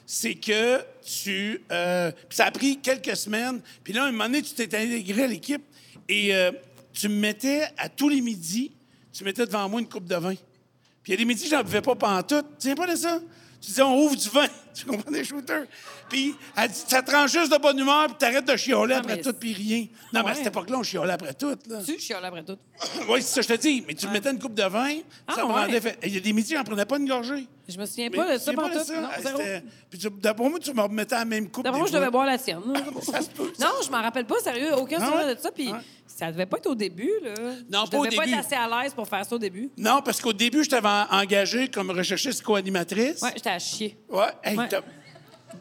Speaker 3: c'est que tu. euh, puis ça a pris quelques semaines. Puis là, un moment donné, tu t'es intégré à l'équipe et euh, tu me mettais à tous les midis, tu mettais devant moi une coupe de vin. Puis il y a des midis, j'en buvais pas pantoute. Tu tiens pas de ça? Tu disais, on ouvre du vin. Tu comprends des shooters? Puis elle dit, ça te rend juste de bonne humeur, puis t'arrêtes de chialer après
Speaker 2: mais
Speaker 3: tout, puis rien. Non, mais à
Speaker 2: Ouais.
Speaker 3: cette époque-là, on chialait après tout. Là.
Speaker 2: Tu chiales après tout.
Speaker 3: Oui, c'est ça, que je te dis. Mais tu me mettais une coupe de vin,
Speaker 2: Ah,
Speaker 3: ça me
Speaker 2: ouais.
Speaker 3: rendait. fait- Il y a des midis, j'en prenais pas une gorgée.
Speaker 2: Je me souviens
Speaker 3: Mais
Speaker 2: pas de
Speaker 3: tu
Speaker 2: ça,
Speaker 3: sais
Speaker 2: pas
Speaker 3: de
Speaker 2: tout. Non,
Speaker 3: Ah,
Speaker 2: zéro.
Speaker 3: c'était- Puis tu- D'après moi, tu me remettais la même coupe.
Speaker 2: D'après
Speaker 3: des
Speaker 2: moi, je
Speaker 3: fois.
Speaker 2: devais boire la tienne. Non,
Speaker 3: Ça se peut, ça.
Speaker 2: Non, je m'en rappelle pas, sérieux. Aucun
Speaker 3: Ah
Speaker 2: souvenir
Speaker 3: ouais?
Speaker 2: de ça. Puis
Speaker 3: Ah ouais.
Speaker 2: ça devait pas être au début, là.
Speaker 3: Non,
Speaker 2: je
Speaker 3: pas au
Speaker 2: devais pas
Speaker 3: début.
Speaker 2: être assez à l'aise pour faire ça au début.
Speaker 3: Non, parce qu'au début, je t'avais en- engagé comme recherchiste co-animatrice.
Speaker 2: Ouais, j'étais à chier.
Speaker 3: Ouais, hey,
Speaker 2: Ouais.
Speaker 3: t'as-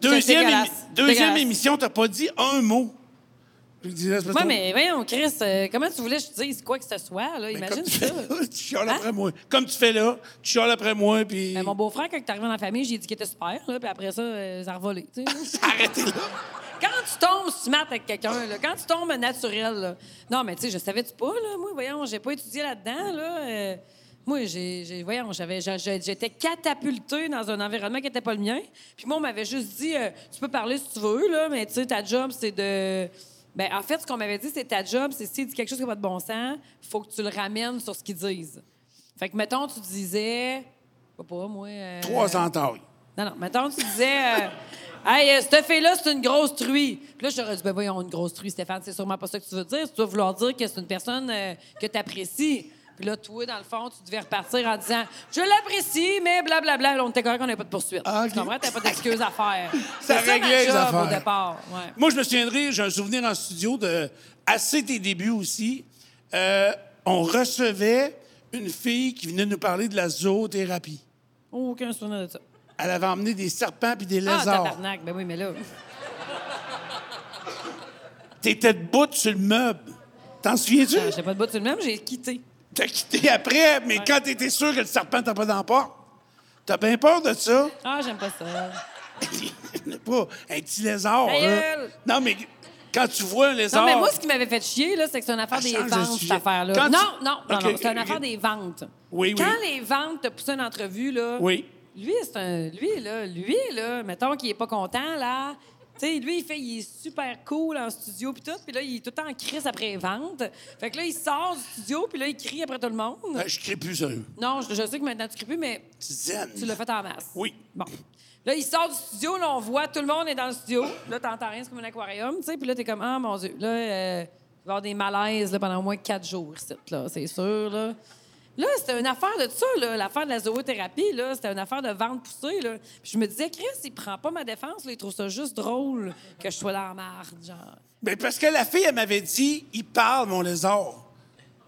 Speaker 3: Deuxième, émi-
Speaker 2: dégueulasse.
Speaker 3: Deuxième
Speaker 2: Dégueulasse.
Speaker 3: émission, t'as pas dit un mot. Je disais, c'est parce
Speaker 2: Ouais,
Speaker 3: que-
Speaker 2: mais voyons, Chris, euh, comment tu voulais que je te dise quoi que ce soit, là?
Speaker 3: Mais
Speaker 2: Imagine
Speaker 3: comme tu
Speaker 2: ça.
Speaker 3: fais là, tu chiales
Speaker 2: Hein?
Speaker 3: après moi. Comme tu fais là, tu chiales après moi, puis.
Speaker 2: Ben, mon beau-frère, quand il est arrivé dans la famille, j'ai dit qu'il était super, là, puis après ça, euh, ça a revolé. tu sais.
Speaker 3: Arrêtez là.
Speaker 2: quand tu tombes smart avec quelqu'un, là, quand tu tombes naturel, là. non, mais tu sais, je savais-tu pas, là? Moi, voyons, j'ai pas étudié là-dedans, là. euh, moi, j'ai, j'ai- voyons, j'avais, j'a- j'a- j'étais catapultée dans un environnement qui n'était pas le mien. Puis moi, on m'avait juste dit, euh, tu peux parler si tu veux, là, mais tu sais, ta job, c'est de. Ben, en fait, ce qu'on m'avait dit, c'est ta job, c'est s'il dit quelque chose qui n'a pas de bon sens, faut que tu le ramènes sur ce qu'ils disent. Fait que, mettons, tu disais. je sais Pas, moi. euh,
Speaker 3: Trois entailles.
Speaker 2: non, non. Mettons, tu disais, euh, hey, euh, cette fille-là, c'est une grosse truie. Puis là, j'aurais dit, ben voyons, une grosse truie, Stéphane, c'est sûrement pas ça que tu veux dire. Tu dois vouloir dire que c'est une personne euh, que tu apprécies. Puis là, toi, dans le fond, tu devais repartir en disant, je l'apprécie, mais blablabla. Là, on était correct, on n'avait pas de poursuite.
Speaker 3: Ah, OK.
Speaker 2: Tu comprends? T'as pas d'excuses à faire.
Speaker 3: Ça
Speaker 2: C'est ma
Speaker 3: réglait les
Speaker 2: job
Speaker 3: affaires.
Speaker 2: au départ. Ouais.
Speaker 3: Moi, je me souviendrai, j'ai un souvenir en studio de assez tes débuts aussi. Euh, on recevait une fille qui venait nous parler de la zoothérapie.
Speaker 2: Aucun souvenir de ça.
Speaker 3: Elle avait emmené des serpents puis des
Speaker 2: Ah,
Speaker 3: lézards.
Speaker 2: tabarnak. Ben oui, mais là.
Speaker 3: T'étais debout sur le meuble. T'en souviens-tu?
Speaker 2: Je sais pas de bout de le même, euh, j'ai quitté.
Speaker 3: T'as quitté après, mais quand t'étais sûr que le serpent t'a pas dans la porte, t'as bien peur de ça?
Speaker 2: Ah, j'aime pas ça.
Speaker 3: Il y en a pas un petit lézard.
Speaker 2: Ta
Speaker 3: là.
Speaker 2: gueule!
Speaker 3: Non, mais quand tu vois un lézard.
Speaker 2: Non, mais moi, ce qui m'avait fait chier, là, c'est que c'est une affaire
Speaker 3: Ah,
Speaker 2: des
Speaker 3: change de
Speaker 2: ventes, cette
Speaker 3: sujet.
Speaker 2: affaire-là.
Speaker 3: Quand
Speaker 2: Non,
Speaker 3: tu-
Speaker 2: non, non,
Speaker 3: Ok,
Speaker 2: non, c'est une
Speaker 3: ok.
Speaker 2: affaire des ventes.
Speaker 3: Oui, oui.
Speaker 2: Quand les ventes te poussent une entrevue, là,
Speaker 3: Oui.
Speaker 2: lui, c'est un. Lui, là, lui, là, mettons qu'il est pas content, là. Tu sais, lui, il fait, il est super cool en studio puis tout, puis là, il est tout le temps en crise après les ventes. Fait que là, il sort du studio puis là, il crie après tout le monde.
Speaker 3: Euh, je crie plus sérieux.
Speaker 2: Non, je, je sais que maintenant tu cries plus, mais
Speaker 3: Tu zen.
Speaker 2: tu l'as fait en masse.
Speaker 3: Oui.
Speaker 2: Bon. Là, il sort du studio, là, on voit, tout le monde est dans le studio. Là, t'entends rien, c'est comme un aquarium, tu sais. Puis là, t'es comme, ah, mon Dieu. Là, euh, il va y avoir des malaises là, pendant au moins quatre jours, ici, là, c'est sûr, là. Là, c'était une affaire de ça, là, l'affaire de la zoothérapie, là, c'était une affaire de vente poussée, là. Puis je me disais, Chris, il prend pas ma défense, là, il trouve ça juste drôle que je sois dans la marde, genre.
Speaker 3: Mais Ben, parce que la fille, elle m'avait dit, il parle, mon lézard.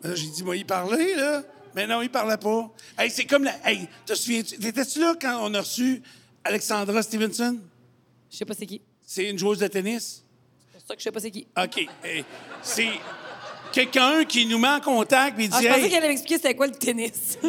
Speaker 3: Mais là, j'ai dit, moi, il parlait, là. Mais non, il parlait pas. Hey, c'est comme la. Hey, te souviens-tu? T'étais-tu là quand on a reçu Alexandra Stevenson?
Speaker 2: Je sais pas c'est qui.
Speaker 3: C'est une joueuse de tennis?
Speaker 2: C'est pour ça que je sais pas c'est qui.
Speaker 3: OK. Eh, c'est quelqu'un qui nous met en contact et dit,
Speaker 2: Ah, je pensais
Speaker 3: hey,
Speaker 2: qu'elle allait m'expliquer c'était quoi le tennis.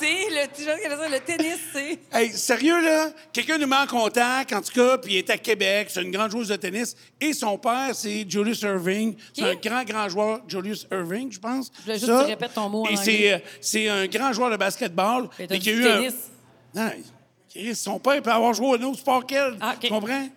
Speaker 2: c'est le, je pense qu'elle appelle ça le tennis, c'est.
Speaker 3: Hey, sérieux, là? Quelqu'un nous met en contact, en tout cas, puis il est à Québec, c'est une grande joueuse de tennis. Et son père, c'est Julius Irving. C'est
Speaker 2: Qui?
Speaker 3: un grand, grand joueur, Julius Irving, je pense.
Speaker 2: Je voulais juste
Speaker 3: Ça.
Speaker 2: que tu répètes ton mot en
Speaker 3: Et c'est,
Speaker 2: anglais.
Speaker 3: euh, c'est un grand joueur de basketball.
Speaker 2: Mais t'as
Speaker 3: qui a
Speaker 2: dit
Speaker 3: eu un-
Speaker 2: tennis.
Speaker 3: Non, Chris, son père peut avoir joué à un autre sport qu'elle.
Speaker 2: Ah, OK.
Speaker 3: Tu comprends?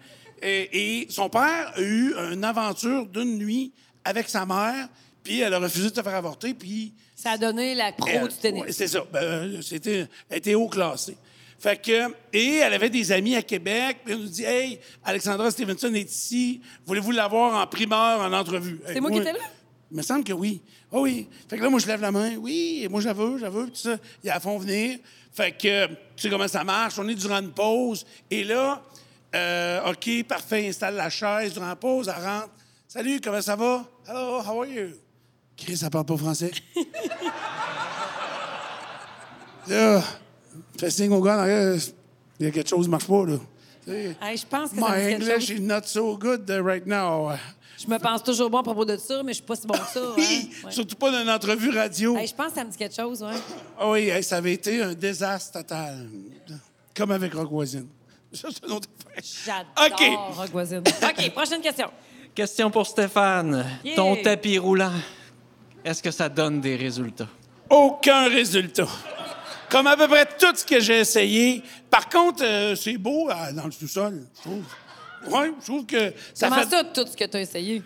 Speaker 3: Et, et son père a eu une aventure d'une nuit avec sa mère, puis elle a refusé de se faire avorter, puis
Speaker 2: Ça a donné la pro
Speaker 3: elle-
Speaker 2: du tennis.
Speaker 3: euh, ouais, c'est ça. Ben, euh, c'était, elle était haut classée. Fait que, et elle avait des amis à Québec. puis Elle nous dit Hey, Alexandra Stevenson est ici. Voulez-vous l'avoir en primeur, en entrevue C'est
Speaker 2: moi qui étais là?
Speaker 3: Il me semble que oui. Ah oui. Fait que là, moi, je lève la main. Oui, et moi, je la veux, je la veux. Puis tout ça. Ils la font venir. Fait que, tu sais comment ça marche. On est durant une pause. Et là, euh, OK, parfait, installe la chaise durant la pause. Elle rentre. Salut, comment ça va? Hello, how are you? Chris, ça parle pas français. Là, fais signe au gars en arrière, Il y a quelque chose qui marche pas, là. Tu sais,
Speaker 2: Hey, je pense Ah, que ça me dit
Speaker 3: My
Speaker 2: quelque
Speaker 3: English
Speaker 2: chose.
Speaker 3: is not so good uh, right now.
Speaker 2: Je me pense toujours bon à propos de ça, mais je suis pas si bon que ça. hein.
Speaker 3: Hi!
Speaker 2: Ouais.
Speaker 3: Surtout pas dans une entrevue radio.
Speaker 2: Hey, je pense que ça me dit quelque chose, ouais.
Speaker 3: Ah oui, hey, ça avait été un désastre total. Comme avec Rock Voisine. Ça, c'est une autre affaire.
Speaker 2: J'adore
Speaker 3: OK.
Speaker 2: Rock Voisine. OK, prochaine question.
Speaker 4: Question pour Stéphane.
Speaker 2: Yeah.
Speaker 4: Ton tapis roulant, est-ce que ça donne des résultats?
Speaker 3: Aucun résultat. Comme à peu près tout ce que j'ai essayé. Par contre, euh, c'est beau euh, dans le sous-sol, je trouve. Oui, je trouve que ça
Speaker 2: Comment
Speaker 3: fait...
Speaker 2: ça, tout ce que tu as essayé?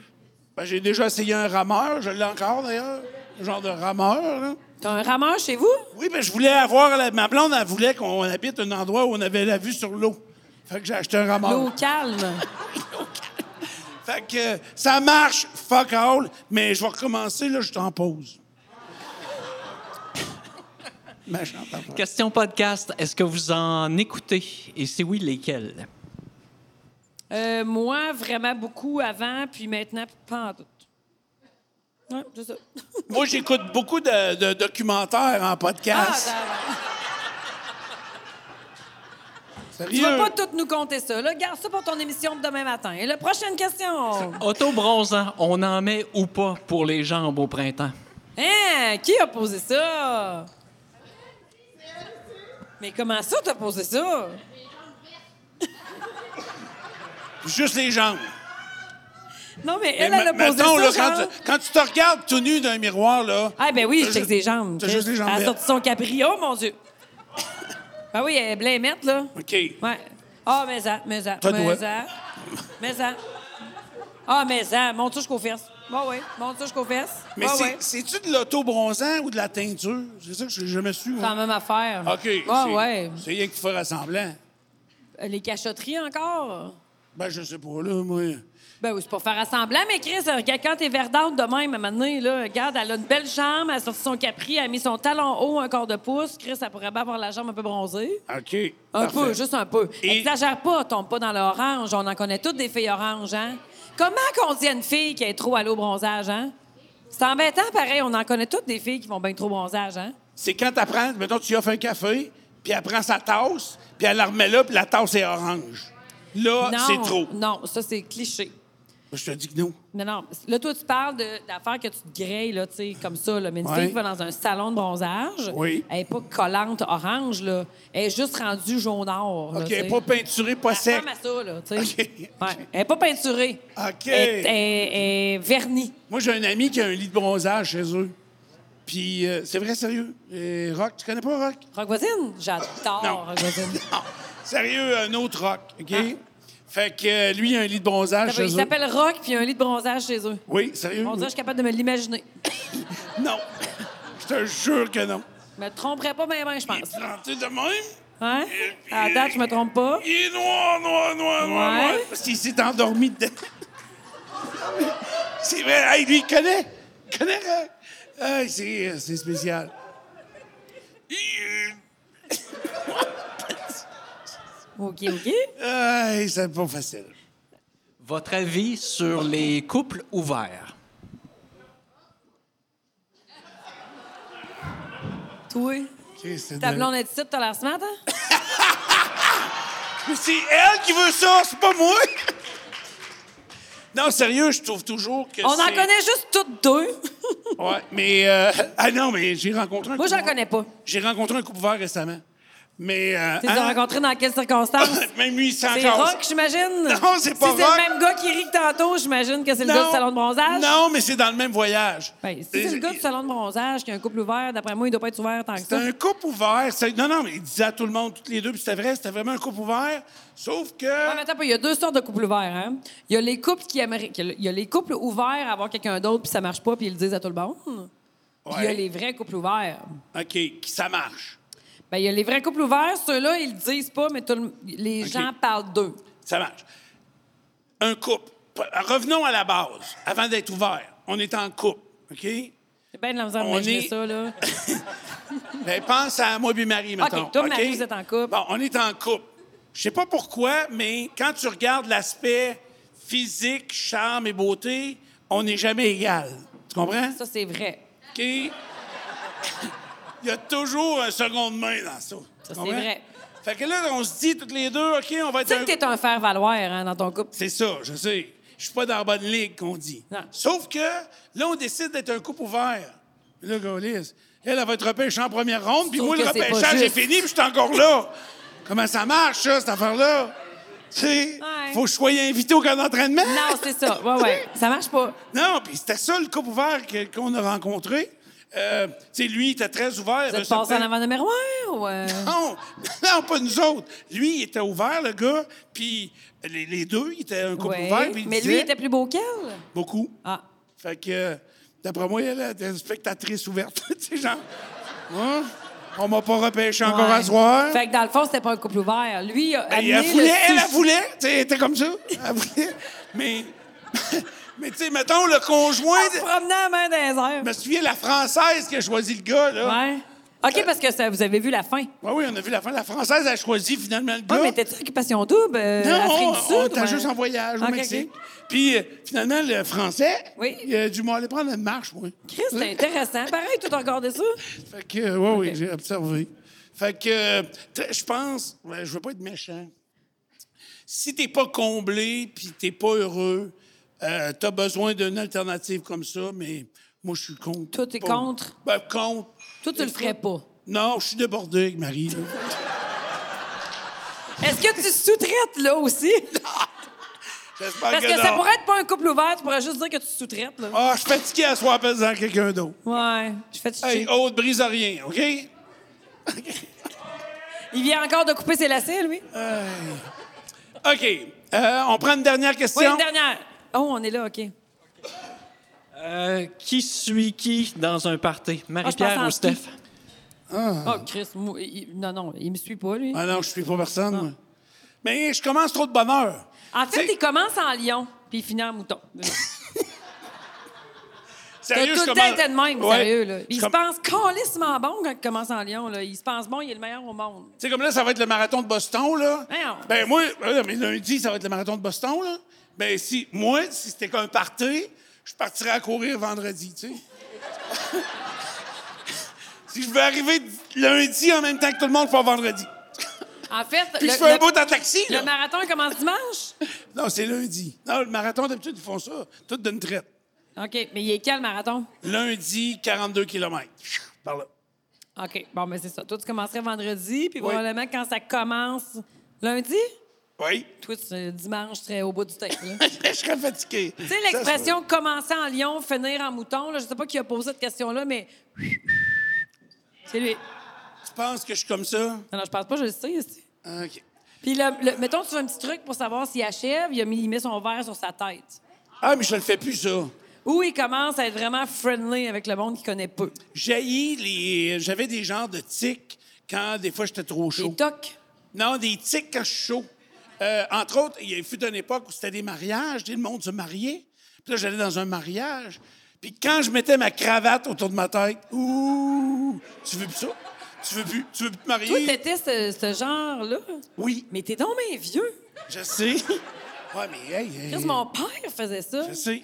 Speaker 3: Ben, j'ai déjà essayé un rameur, je l'ai encore d'ailleurs. Un genre de rameur, là.
Speaker 2: T'as un rameur chez vous?
Speaker 3: Oui, ben, je voulais avoir. la- Ma blonde, elle voulait qu'on habite un endroit où on avait la vue sur l'eau. Fait que j'ai acheté un
Speaker 2: L'eau
Speaker 3: rameur.
Speaker 2: calme.
Speaker 3: Fait que euh, ça marche, fuck all, mais je vais recommencer, là, je t'en pose. Machin, t'en pose.
Speaker 4: Question podcast, est-ce que vous en écoutez? Et si oui, lesquels?
Speaker 2: Euh, moi, vraiment beaucoup avant, puis maintenant, puis pas en tout. Ouais, c'est ça.
Speaker 3: Moi, j'écoute beaucoup de, de documentaires en
Speaker 2: Ah,
Speaker 3: podcast.
Speaker 2: ben,
Speaker 3: Sérieux?
Speaker 2: ben, tu vas pas toutes nous compter ça. Là, garde ça pour ton émission de demain matin. Et la prochaine question.
Speaker 4: Auto-bronzant, on en met ou pas pour les jambes au printemps?
Speaker 2: Hein? Qui a posé ça? Mais comment ça t'as posé ça?
Speaker 3: Juste les jambes.
Speaker 2: Non, mais elle,
Speaker 3: Mais
Speaker 2: elle a
Speaker 3: me-
Speaker 2: posé
Speaker 3: mettons, là,
Speaker 2: ça,
Speaker 3: quand,
Speaker 2: genre.
Speaker 3: tu, quand tu te regardes tout nu dans un miroir, là.
Speaker 2: Ah ben oui,
Speaker 3: t'as
Speaker 2: je check
Speaker 3: ju-
Speaker 2: ses jambes.
Speaker 3: T'as juste les jambes.
Speaker 2: Elle a
Speaker 3: vertes.
Speaker 2: sorti son capri. Oh, mon Dieu! ben oui, elle est blémette, là.
Speaker 3: OK.
Speaker 2: Ouais. Ah, mais ça, mais ça,
Speaker 3: Toi,
Speaker 2: mais
Speaker 3: toi.
Speaker 2: ça, mais ça. Ah, mais ça, monte ça jusqu'aux fesses. Bon, oui, monte ça jusqu'aux fesses.
Speaker 3: Mais
Speaker 2: Ouais,
Speaker 3: c'est-
Speaker 2: ouais.
Speaker 3: c'est-tu de l'auto-bronzant ou de la teinture? C'est ça que j'ai jamais su.
Speaker 2: C'est la
Speaker 3: moi.
Speaker 2: même affaire.
Speaker 3: OK.
Speaker 2: Ah,
Speaker 3: c'est-
Speaker 2: ouais.
Speaker 3: C'est rien qu'il faut rassemblant.
Speaker 2: Les cachotteries encore?
Speaker 3: Ben, je sais pas, là, moi.
Speaker 2: Ben oui, c'est pour faire assemblant, mais Chris, euh, regarde, quand t'es verdante de même, à un moment donné, là, regarde, elle a une belle jambe, elle a sorti son capri, elle a mis son talon haut, un quart de pouce. Chris, elle pourrait bien avoir la jambe un peu bronzée.
Speaker 3: OK.
Speaker 2: Un
Speaker 3: parfait.
Speaker 2: peu, juste un peu.
Speaker 3: Et-
Speaker 2: Exagère pas, tombe pas dans l'orange. On en connaît toutes des filles oranges, hein? Comment qu'on dit à une fille qui est trop à l'eau bronzage, hein? C'est embêtant, pareil. On en connaît toutes des filles qui vont bien trop bronzage, hein?
Speaker 3: C'est quand t'apprends, mettons, tu lui offres un café, puis elle prend sa tasse, puis elle la remet là, puis la tasse est orange. Là,
Speaker 2: non,
Speaker 3: Ah, c'est trop.
Speaker 2: Non, ça, c'est cliché.
Speaker 3: Je te dis que non.
Speaker 2: Non, non. Là, toi, tu parles de- d'affaires que tu te grêles, là, tu sais, comme ça, là. Mais une
Speaker 3: Ouais.
Speaker 2: fille qui va dans un salon de bronzage,
Speaker 3: Oui.
Speaker 2: elle est pas collante orange, là. Elle est juste rendue jaune or, là,
Speaker 3: OK,
Speaker 2: tu sais. Ah,
Speaker 3: pas peinturé, pas
Speaker 2: Elle
Speaker 3: sec.
Speaker 2: ressemble à ça, là, tu sais.
Speaker 3: OK.
Speaker 2: Ouais. Elle est pas peinturée.
Speaker 3: OK.
Speaker 2: Elle est- elle est- elle est vernie.
Speaker 3: Moi, j'ai un ami qui a un lit de bronzage chez eux. Puis, euh, c'est vrai, sérieux. Et Rock, tu connais pas Rock?
Speaker 2: Rock voisine? J'adore
Speaker 3: Non.
Speaker 2: Rock voisine.
Speaker 3: Non. Sérieux, un autre Rock, OK? Fait que euh, lui, il a un lit de bronzage
Speaker 2: Ah. Il
Speaker 3: chez eux.
Speaker 2: s'appelle Rock, puis il y a un lit de bronzage chez eux.
Speaker 3: Oui, sérieux?
Speaker 2: On dirait que je suis capable de me l'imaginer.
Speaker 3: Non. Je te jure que non.
Speaker 2: Je me tromperais pas bien, bien, je pense.
Speaker 3: Planté de même,
Speaker 2: Hein? À date, je me trompe pas.
Speaker 3: il est noir, noir, noir, noir,
Speaker 2: Ouais.
Speaker 3: noir. Parce qu'il s'est endormi dedans. c'est vrai. Hey, lui, il connaît. Il connaît. hein? Hey, c'est, euh, c'est spécial.
Speaker 2: OK, OK.
Speaker 3: Hey, c'est pas facile.
Speaker 4: Votre avis sur les couples ouverts?
Speaker 2: Toi,
Speaker 3: Ok, c'est
Speaker 2: ta
Speaker 3: de-
Speaker 2: blonde est ici, t'as l'air smart, hein?
Speaker 3: Mais c'est elle qui veut ça, c'est pas moi. Non, sérieux, je trouve toujours que
Speaker 2: On en
Speaker 3: c'est-
Speaker 2: connaît juste toutes deux.
Speaker 3: Ouais, mais... euh, Ah non, mais j'ai rencontré un
Speaker 2: Moi, j'en
Speaker 3: couple-
Speaker 2: connais pas.
Speaker 3: J'ai rencontré un couple ouvert récemment. Mais... euh,
Speaker 2: Tu les
Speaker 3: hein?
Speaker 2: as rencontrés dans quelles circonstances?
Speaker 3: Même lui, c'est
Speaker 2: C'est
Speaker 3: encore...
Speaker 2: Rock, j'imagine?
Speaker 3: Non, c'est pas
Speaker 2: Si c'est
Speaker 3: Rock.
Speaker 2: le même gars qui rit que tantôt, j'imagine que c'est le
Speaker 3: Non.
Speaker 2: gars du salon de bronzage.
Speaker 3: Non, mais c'est dans le même voyage.
Speaker 2: Ben, si c'est le gars du salon de bronzage qui a un couple ouvert, d'après moi, il doit pas être ouvert tant que
Speaker 3: C'était
Speaker 2: ça.
Speaker 3: un couple ouvert. c'est- Non, non, mais il disait à tout le monde, toutes les deux, puis c'était vrai, c'était vraiment un couple ouvert. Sauf que...
Speaker 2: Ouais, Ah, mais attends un peu, il y a deux sortes de couples ouverts. Hein? Il y a les couples qui aimeraient, qu'il y a- il y a les couples ouverts à avoir quelqu'un d'autre puis ça marche pas puis ils le disent à tout le monde. Puis Il y a
Speaker 3: Ouais.
Speaker 2: les vrais couples ouverts.
Speaker 3: OK, qui- ça marche.
Speaker 2: Ben, il y a les vrais couples ouverts, ceux-là ils le disent pas mais tout le- les
Speaker 3: Ok.
Speaker 2: gens parlent d'eux.
Speaker 3: Ça marche. Un couple. Revenons à la base, avant d'être ouvert. On est en couple, OK?
Speaker 2: C'est bien de la misère
Speaker 3: On
Speaker 2: d'imaginer
Speaker 3: est-
Speaker 2: ça là.
Speaker 3: Ben, pense à moi et Marie, maintenant.
Speaker 2: toi, Marie, vous êtes en couple.
Speaker 3: Bon, on est en couple. Je sais pas pourquoi, mais quand tu regardes l'aspect physique, charme et beauté, on n'est jamais égal. Tu comprends?
Speaker 2: Ça c'est vrai.
Speaker 3: OK? Il y a toujours un seconde main dans ça.
Speaker 2: Ça, c'est
Speaker 3: Tu comprends?
Speaker 2: vrai.
Speaker 3: Fait que là, on se dit toutes les deux, OK, on va être
Speaker 2: Tu sais que
Speaker 3: un
Speaker 2: t'es un faire valoir dans ton couple.
Speaker 3: C'est ça, je sais. Je suis pas dans la bonne ligue, qu'on dit.
Speaker 2: Non.
Speaker 3: Sauf que là, on décide d'être un couple ouvert. Puis Là, Gaulis, elle, elle va être repêchée en première ronde, puis
Speaker 2: Sauf
Speaker 3: moi, le
Speaker 2: que c'est pas
Speaker 3: repêchage est
Speaker 2: juste.
Speaker 3: fini, puis je suis encore là. Comment ça marche, ça, cette affaire-là? Tu sais, faut que je sois invité au camp d'entraînement.
Speaker 2: Non, c'est ça. Ouais ouais, ça marche pas.
Speaker 3: Non, puis c'était ça, le couple ouvert que- qu'on a rencontré. Euh, tu sais, lui, il était très ouvert.
Speaker 2: Vous
Speaker 3: Euh,
Speaker 2: êtes passé
Speaker 3: certain-
Speaker 2: en avant de miroir ou euh,
Speaker 3: non, non, pas nous autres. Lui, il était ouvert, le gars, puis les, les deux, ils étaient un couple
Speaker 2: ouais.
Speaker 3: ouvert. puis il
Speaker 2: Mais lui
Speaker 3: disait-
Speaker 2: il était plus beau qu'elle.
Speaker 3: Beaucoup.
Speaker 2: Ah.
Speaker 3: Fait que, euh, d'après moi, elle était une spectatrice ouverte. tu sais, genre, Hein? on m'a pas repêché encore
Speaker 2: Ouais.
Speaker 3: à soir.
Speaker 2: Fait que dans le fond, c'était pas un couple ouvert. Lui, il a
Speaker 3: Et
Speaker 2: amené
Speaker 3: elle
Speaker 2: le
Speaker 3: voulait, elle, elle
Speaker 2: sujet-
Speaker 3: voulait. Tu sais, elle était comme ça. Elle voulait. Mais, mais tu sais, mettons, le conjoint...
Speaker 2: En se promenant à main dans les airs.
Speaker 3: Je me souviens, la Française qui a choisi le gars, là.
Speaker 2: Ouais.
Speaker 3: Euh.
Speaker 2: OK, parce que ça, vous avez vu la fin. Oui,
Speaker 3: Ouais, oui, on a vu la fin. La Française a choisi finalement le gars.
Speaker 2: Ah, mais t'es-tu occupation double? Euh, Afrique
Speaker 3: Non,
Speaker 2: du
Speaker 3: on, on
Speaker 2: Sud?
Speaker 3: était
Speaker 2: ouais. Ah,
Speaker 3: juste en voyage au
Speaker 2: Ok, ok.
Speaker 3: Mexique. Puis, euh, finalement, le Français,
Speaker 2: Oui.
Speaker 3: il a dû m'aller prendre une marche, moi.
Speaker 2: Chris, c'est intéressant. Pareil, tout regardé ça.
Speaker 3: Fait que, euh, ouais, oui, j'ai observé. Fait que, euh, t- je pense, ouais, je veux pas être méchant. Si t'es pas comblé puis t'es pas heureux, euh, t'as besoin d'une alternative comme ça, mais moi, je suis contre.
Speaker 2: Toi, t'es
Speaker 3: Pas-
Speaker 2: contre?
Speaker 3: Ben, contre.
Speaker 2: Toi, tu le ferais pas.
Speaker 3: Non, je suis débordé avec Marie. là.
Speaker 2: Est-ce que tu sous-traites, là, aussi?
Speaker 3: J'espère
Speaker 2: Parce
Speaker 3: Ah, que,
Speaker 2: que ça
Speaker 3: non.
Speaker 2: pourrait être pas un couple ouvert. Tu pourrais juste dire que tu sous-traites, là.
Speaker 3: Ah, je suis fatigué à soir pesant quelqu'un d'autre.
Speaker 2: Ouais. Je fais chier.
Speaker 3: Hey, haute brise à rien, OK? oh.
Speaker 2: Il vient encore de couper ses lacets, lui.
Speaker 3: OK. Euh, on prend une dernière question.
Speaker 2: Oui, une dernière. Oh, on est là, OK.
Speaker 4: Euh, qui suit qui dans un party?
Speaker 2: Ah, je
Speaker 4: Marie-Pierre
Speaker 2: pense
Speaker 4: ou
Speaker 2: en
Speaker 4: Steph?
Speaker 2: ski. Oh, Chris, moi, il- non, non, il me suit pas, lui.
Speaker 3: Ah non, je suis pas personne, moi. Mais je commence trop de bonheur.
Speaker 2: En fait,
Speaker 3: C'est-
Speaker 2: il commence en lion, puis il finit en mouton. T'as
Speaker 3: Sérieux,
Speaker 2: tout
Speaker 3: je
Speaker 2: le temps
Speaker 3: commence-
Speaker 2: été de même,
Speaker 3: Ouais.
Speaker 2: sérieux. Là. Il
Speaker 3: Je
Speaker 2: se
Speaker 3: com-
Speaker 2: pense calissement bon quand il commence en Lyon. Là. Il se pense bon, il est le meilleur au monde.
Speaker 3: Tu sais, comme là, ça va être le marathon de Boston, là.
Speaker 2: Voyons.
Speaker 3: Ben, moi, euh, mais lundi, ça va être le marathon de Boston, là. Ben, si, moi, si c'était comme party, je partirais à courir vendredi, tu sais. si je veux arriver lundi en même temps que tout le monde, je pars vendredi.
Speaker 2: En fait,
Speaker 3: Puis je fais un bout en taxi,
Speaker 2: le
Speaker 3: là.
Speaker 2: marathon il commence dimanche.
Speaker 3: Non, c'est lundi. Non, le marathon, d'habitude, ils font ça, tout d'une traite.
Speaker 2: OK, mais il est quand le marathon?
Speaker 3: Lundi, 42 km. Par là.
Speaker 2: OK, bon, mais c'est ça. Toi, tu commencerais vendredi, puis
Speaker 3: Oui.
Speaker 2: probablement quand ça commence lundi,
Speaker 3: Oui.
Speaker 2: toi, tu- euh, dimanche, tu serais au bout du tête. là.
Speaker 3: je serais fatigué.
Speaker 2: tu sais, l'expression commencer en lion, finir en mouton, là, je sais pas qui a posé cette question-là, mais. C'est lui.
Speaker 3: Tu penses que je suis comme ça? Ah,
Speaker 2: Non, non, je pense pas, je le sais. c'est-
Speaker 3: OK.
Speaker 2: Puis, le, le- mettons, tu veux un petit truc pour savoir s'il achève, il, a mis, il met son verre sur sa tête.
Speaker 3: Ah, mais je le fais plus, ça.
Speaker 2: Ou il commence à être vraiment friendly avec le monde qu'il connaît peu.
Speaker 3: J'haïs les. J'avais des genres de tics quand des fois j'étais trop chaud.
Speaker 2: Les tocs.
Speaker 3: Non, des tics quand je suis chaud. Euh, entre autres, il fut une époque où c'était des mariages, tu sais, le monde se mariait. Puis là, j'allais dans un mariage. Puis quand je mettais ma cravate autour de ma tête, ouh, tu veux plus ça? Tu veux plus, tu veux plus te
Speaker 2: Toi,
Speaker 3: marier?
Speaker 2: t'étais ce, ce genre-là.
Speaker 3: oui,
Speaker 2: Mais t'es donc bien vieux.
Speaker 3: je sais. Ouais, mais hey, hey,
Speaker 2: Chris, mon père faisait ça.
Speaker 3: je sais.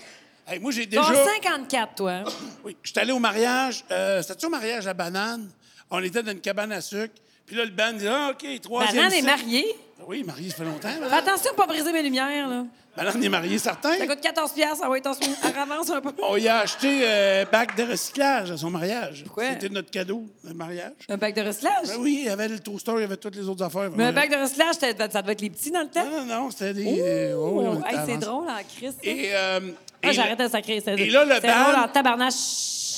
Speaker 3: Hey, moi, j'ai
Speaker 2: T'as
Speaker 3: déjà...
Speaker 2: 54, toi. hein?
Speaker 3: Oui, je suis allé au mariage. Euh, C'était-tu au mariage à Banane? On était dans une cabane à sucre. Puis là, le band dit, ah, OK, troisième
Speaker 2: Banane est
Speaker 3: cycle.
Speaker 2: mariée.
Speaker 3: Oui, marié, ça fait longtemps.
Speaker 2: Fais
Speaker 3: Banane,
Speaker 2: attention de pas briser mes lumières, là.
Speaker 3: Banane est mariée, certain.
Speaker 2: Ça coûte 14 piastres, ça va être en sous- en avance un peu.
Speaker 3: On y a acheté euh, bac de recyclage à son mariage.
Speaker 2: Pourquoi?
Speaker 3: C'était notre cadeau, le mariage.
Speaker 2: Un bac de recyclage?
Speaker 3: Ben oui, il y avait le toaster, il y avait toutes les autres affaires.
Speaker 2: Mais un bac de recyclage, ça ça devait être les petits dans le temps.
Speaker 3: Non, non, non, c'était des...
Speaker 2: Ouh!
Speaker 3: oh, on était
Speaker 2: Hey, c'est
Speaker 3: avancé.
Speaker 2: drôle en Christ. ça.
Speaker 3: Et, euh,
Speaker 2: Ah,
Speaker 3: et
Speaker 2: j'arrête
Speaker 3: le,
Speaker 2: de sacrer. c'est-
Speaker 3: et là, le
Speaker 2: C'est drôle
Speaker 3: ban-
Speaker 2: en tabarnache.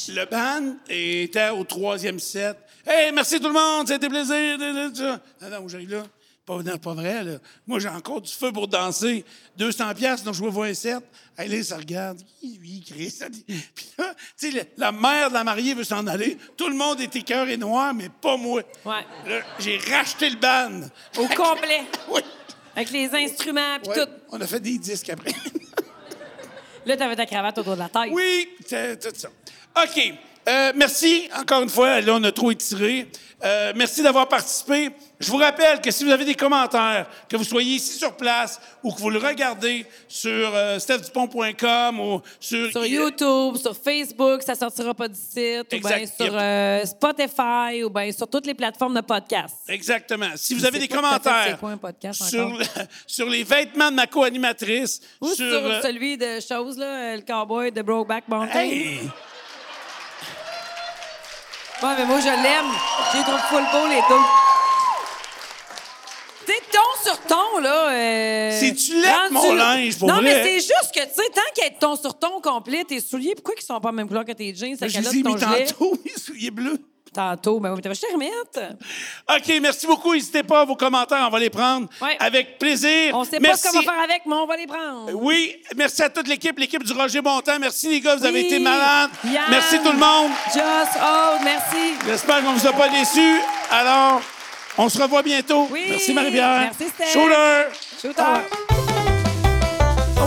Speaker 3: le band était au troisième set. « Hey, merci tout le monde, c'était plaisir! » Non, non, j'arrive là. Pas, non, pas vrai, là. Moi, j'ai encore du feu pour danser. 200 piastres, donc je vois un set. Elle, là, ça regarde. Oui, oui, Chris. Puis là, tu sais, le- la mère de la mariée veut s'en aller. Tout le monde était cœur et noir, mais pas moi.
Speaker 2: Ouais.
Speaker 3: Là, j'ai racheté le ban.
Speaker 2: Au complet.
Speaker 3: Oui.
Speaker 2: Avec les instruments pis
Speaker 3: Ouais.
Speaker 2: tout.
Speaker 3: On a fait des disques après.
Speaker 2: Là, t'avais ta cravate autour de la tête.
Speaker 3: Oui, c'est tout ça. OK. Euh, merci encore une fois. Là, on a trop étiré. Euh, merci d'avoir participé. Je vous rappelle que si vous avez des commentaires, que vous soyez ici sur place ou que vous le regardez sur euh, stephdupont.com ou sur,
Speaker 2: Sur YouTube, sur Facebook, ça sortira pas du site. Ou bien
Speaker 3: Exact.
Speaker 2: sur euh, Spotify, ou bien sur toutes les plateformes de podcast.
Speaker 3: Exactement. Si vous
Speaker 2: Je
Speaker 3: avez
Speaker 2: sais
Speaker 3: des
Speaker 2: pas tout à fait
Speaker 3: commentaires
Speaker 2: c'est quoi un podcast
Speaker 3: sur,
Speaker 2: encore.
Speaker 3: le- sur les vêtements de ma co-animatrice,
Speaker 2: Ou sur,
Speaker 3: euh,
Speaker 2: celui de choses, là, euh, le cowboy de Brokeback Mountain.
Speaker 3: Hey!
Speaker 2: Ouais, mais moi, je l'aime. J'ai trouvé full beau, les deux. Tu sais, ton sur ton, là. euh,
Speaker 3: C'est-tu laid,
Speaker 2: rendu-
Speaker 3: mon linge, pour
Speaker 2: Non,
Speaker 3: vrai,
Speaker 2: mais c'est juste que, tu sais, tant qu'il y a de ton sur ton complet, tes souliers, pourquoi ils sont pas la même couleur que tes jeans, ta
Speaker 3: Je
Speaker 2: calotte,
Speaker 3: les ai
Speaker 2: ton
Speaker 3: mis
Speaker 2: gilet?
Speaker 3: tantôt, mes souliers bleus.
Speaker 2: Tantôt, ben oui, mais t'avais juste à les remettre.
Speaker 3: OK, merci beaucoup. N'hésitez pas à vos commentaires, on va les prendre
Speaker 2: Ouais.
Speaker 3: avec plaisir.
Speaker 2: On sait
Speaker 3: merci.
Speaker 2: pas ce qu'on va faire avec, mais on va les prendre.
Speaker 3: Oui, merci à toute l'équipe, l'équipe du Roger Bontemps. Merci les gars, vous avez
Speaker 2: Oui.
Speaker 3: été malades.
Speaker 2: Yann.
Speaker 3: Merci tout le monde.
Speaker 2: Just oh, merci.
Speaker 3: J'espère qu'on ne vous a pas déçus. Alors, on se revoit bientôt.
Speaker 2: Oui.
Speaker 3: Merci Marie-Pierre.
Speaker 2: Merci, Steph.
Speaker 3: Shooter.
Speaker 2: Shooter.
Speaker 5: Ah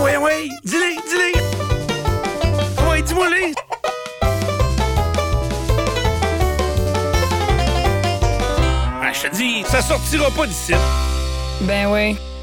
Speaker 5: ouais, ah ouais, dis-le, dis-le. Ah ouais, dis-moi les. Ah, je te dis, ça sortira pas d'ici.
Speaker 2: Ben oui.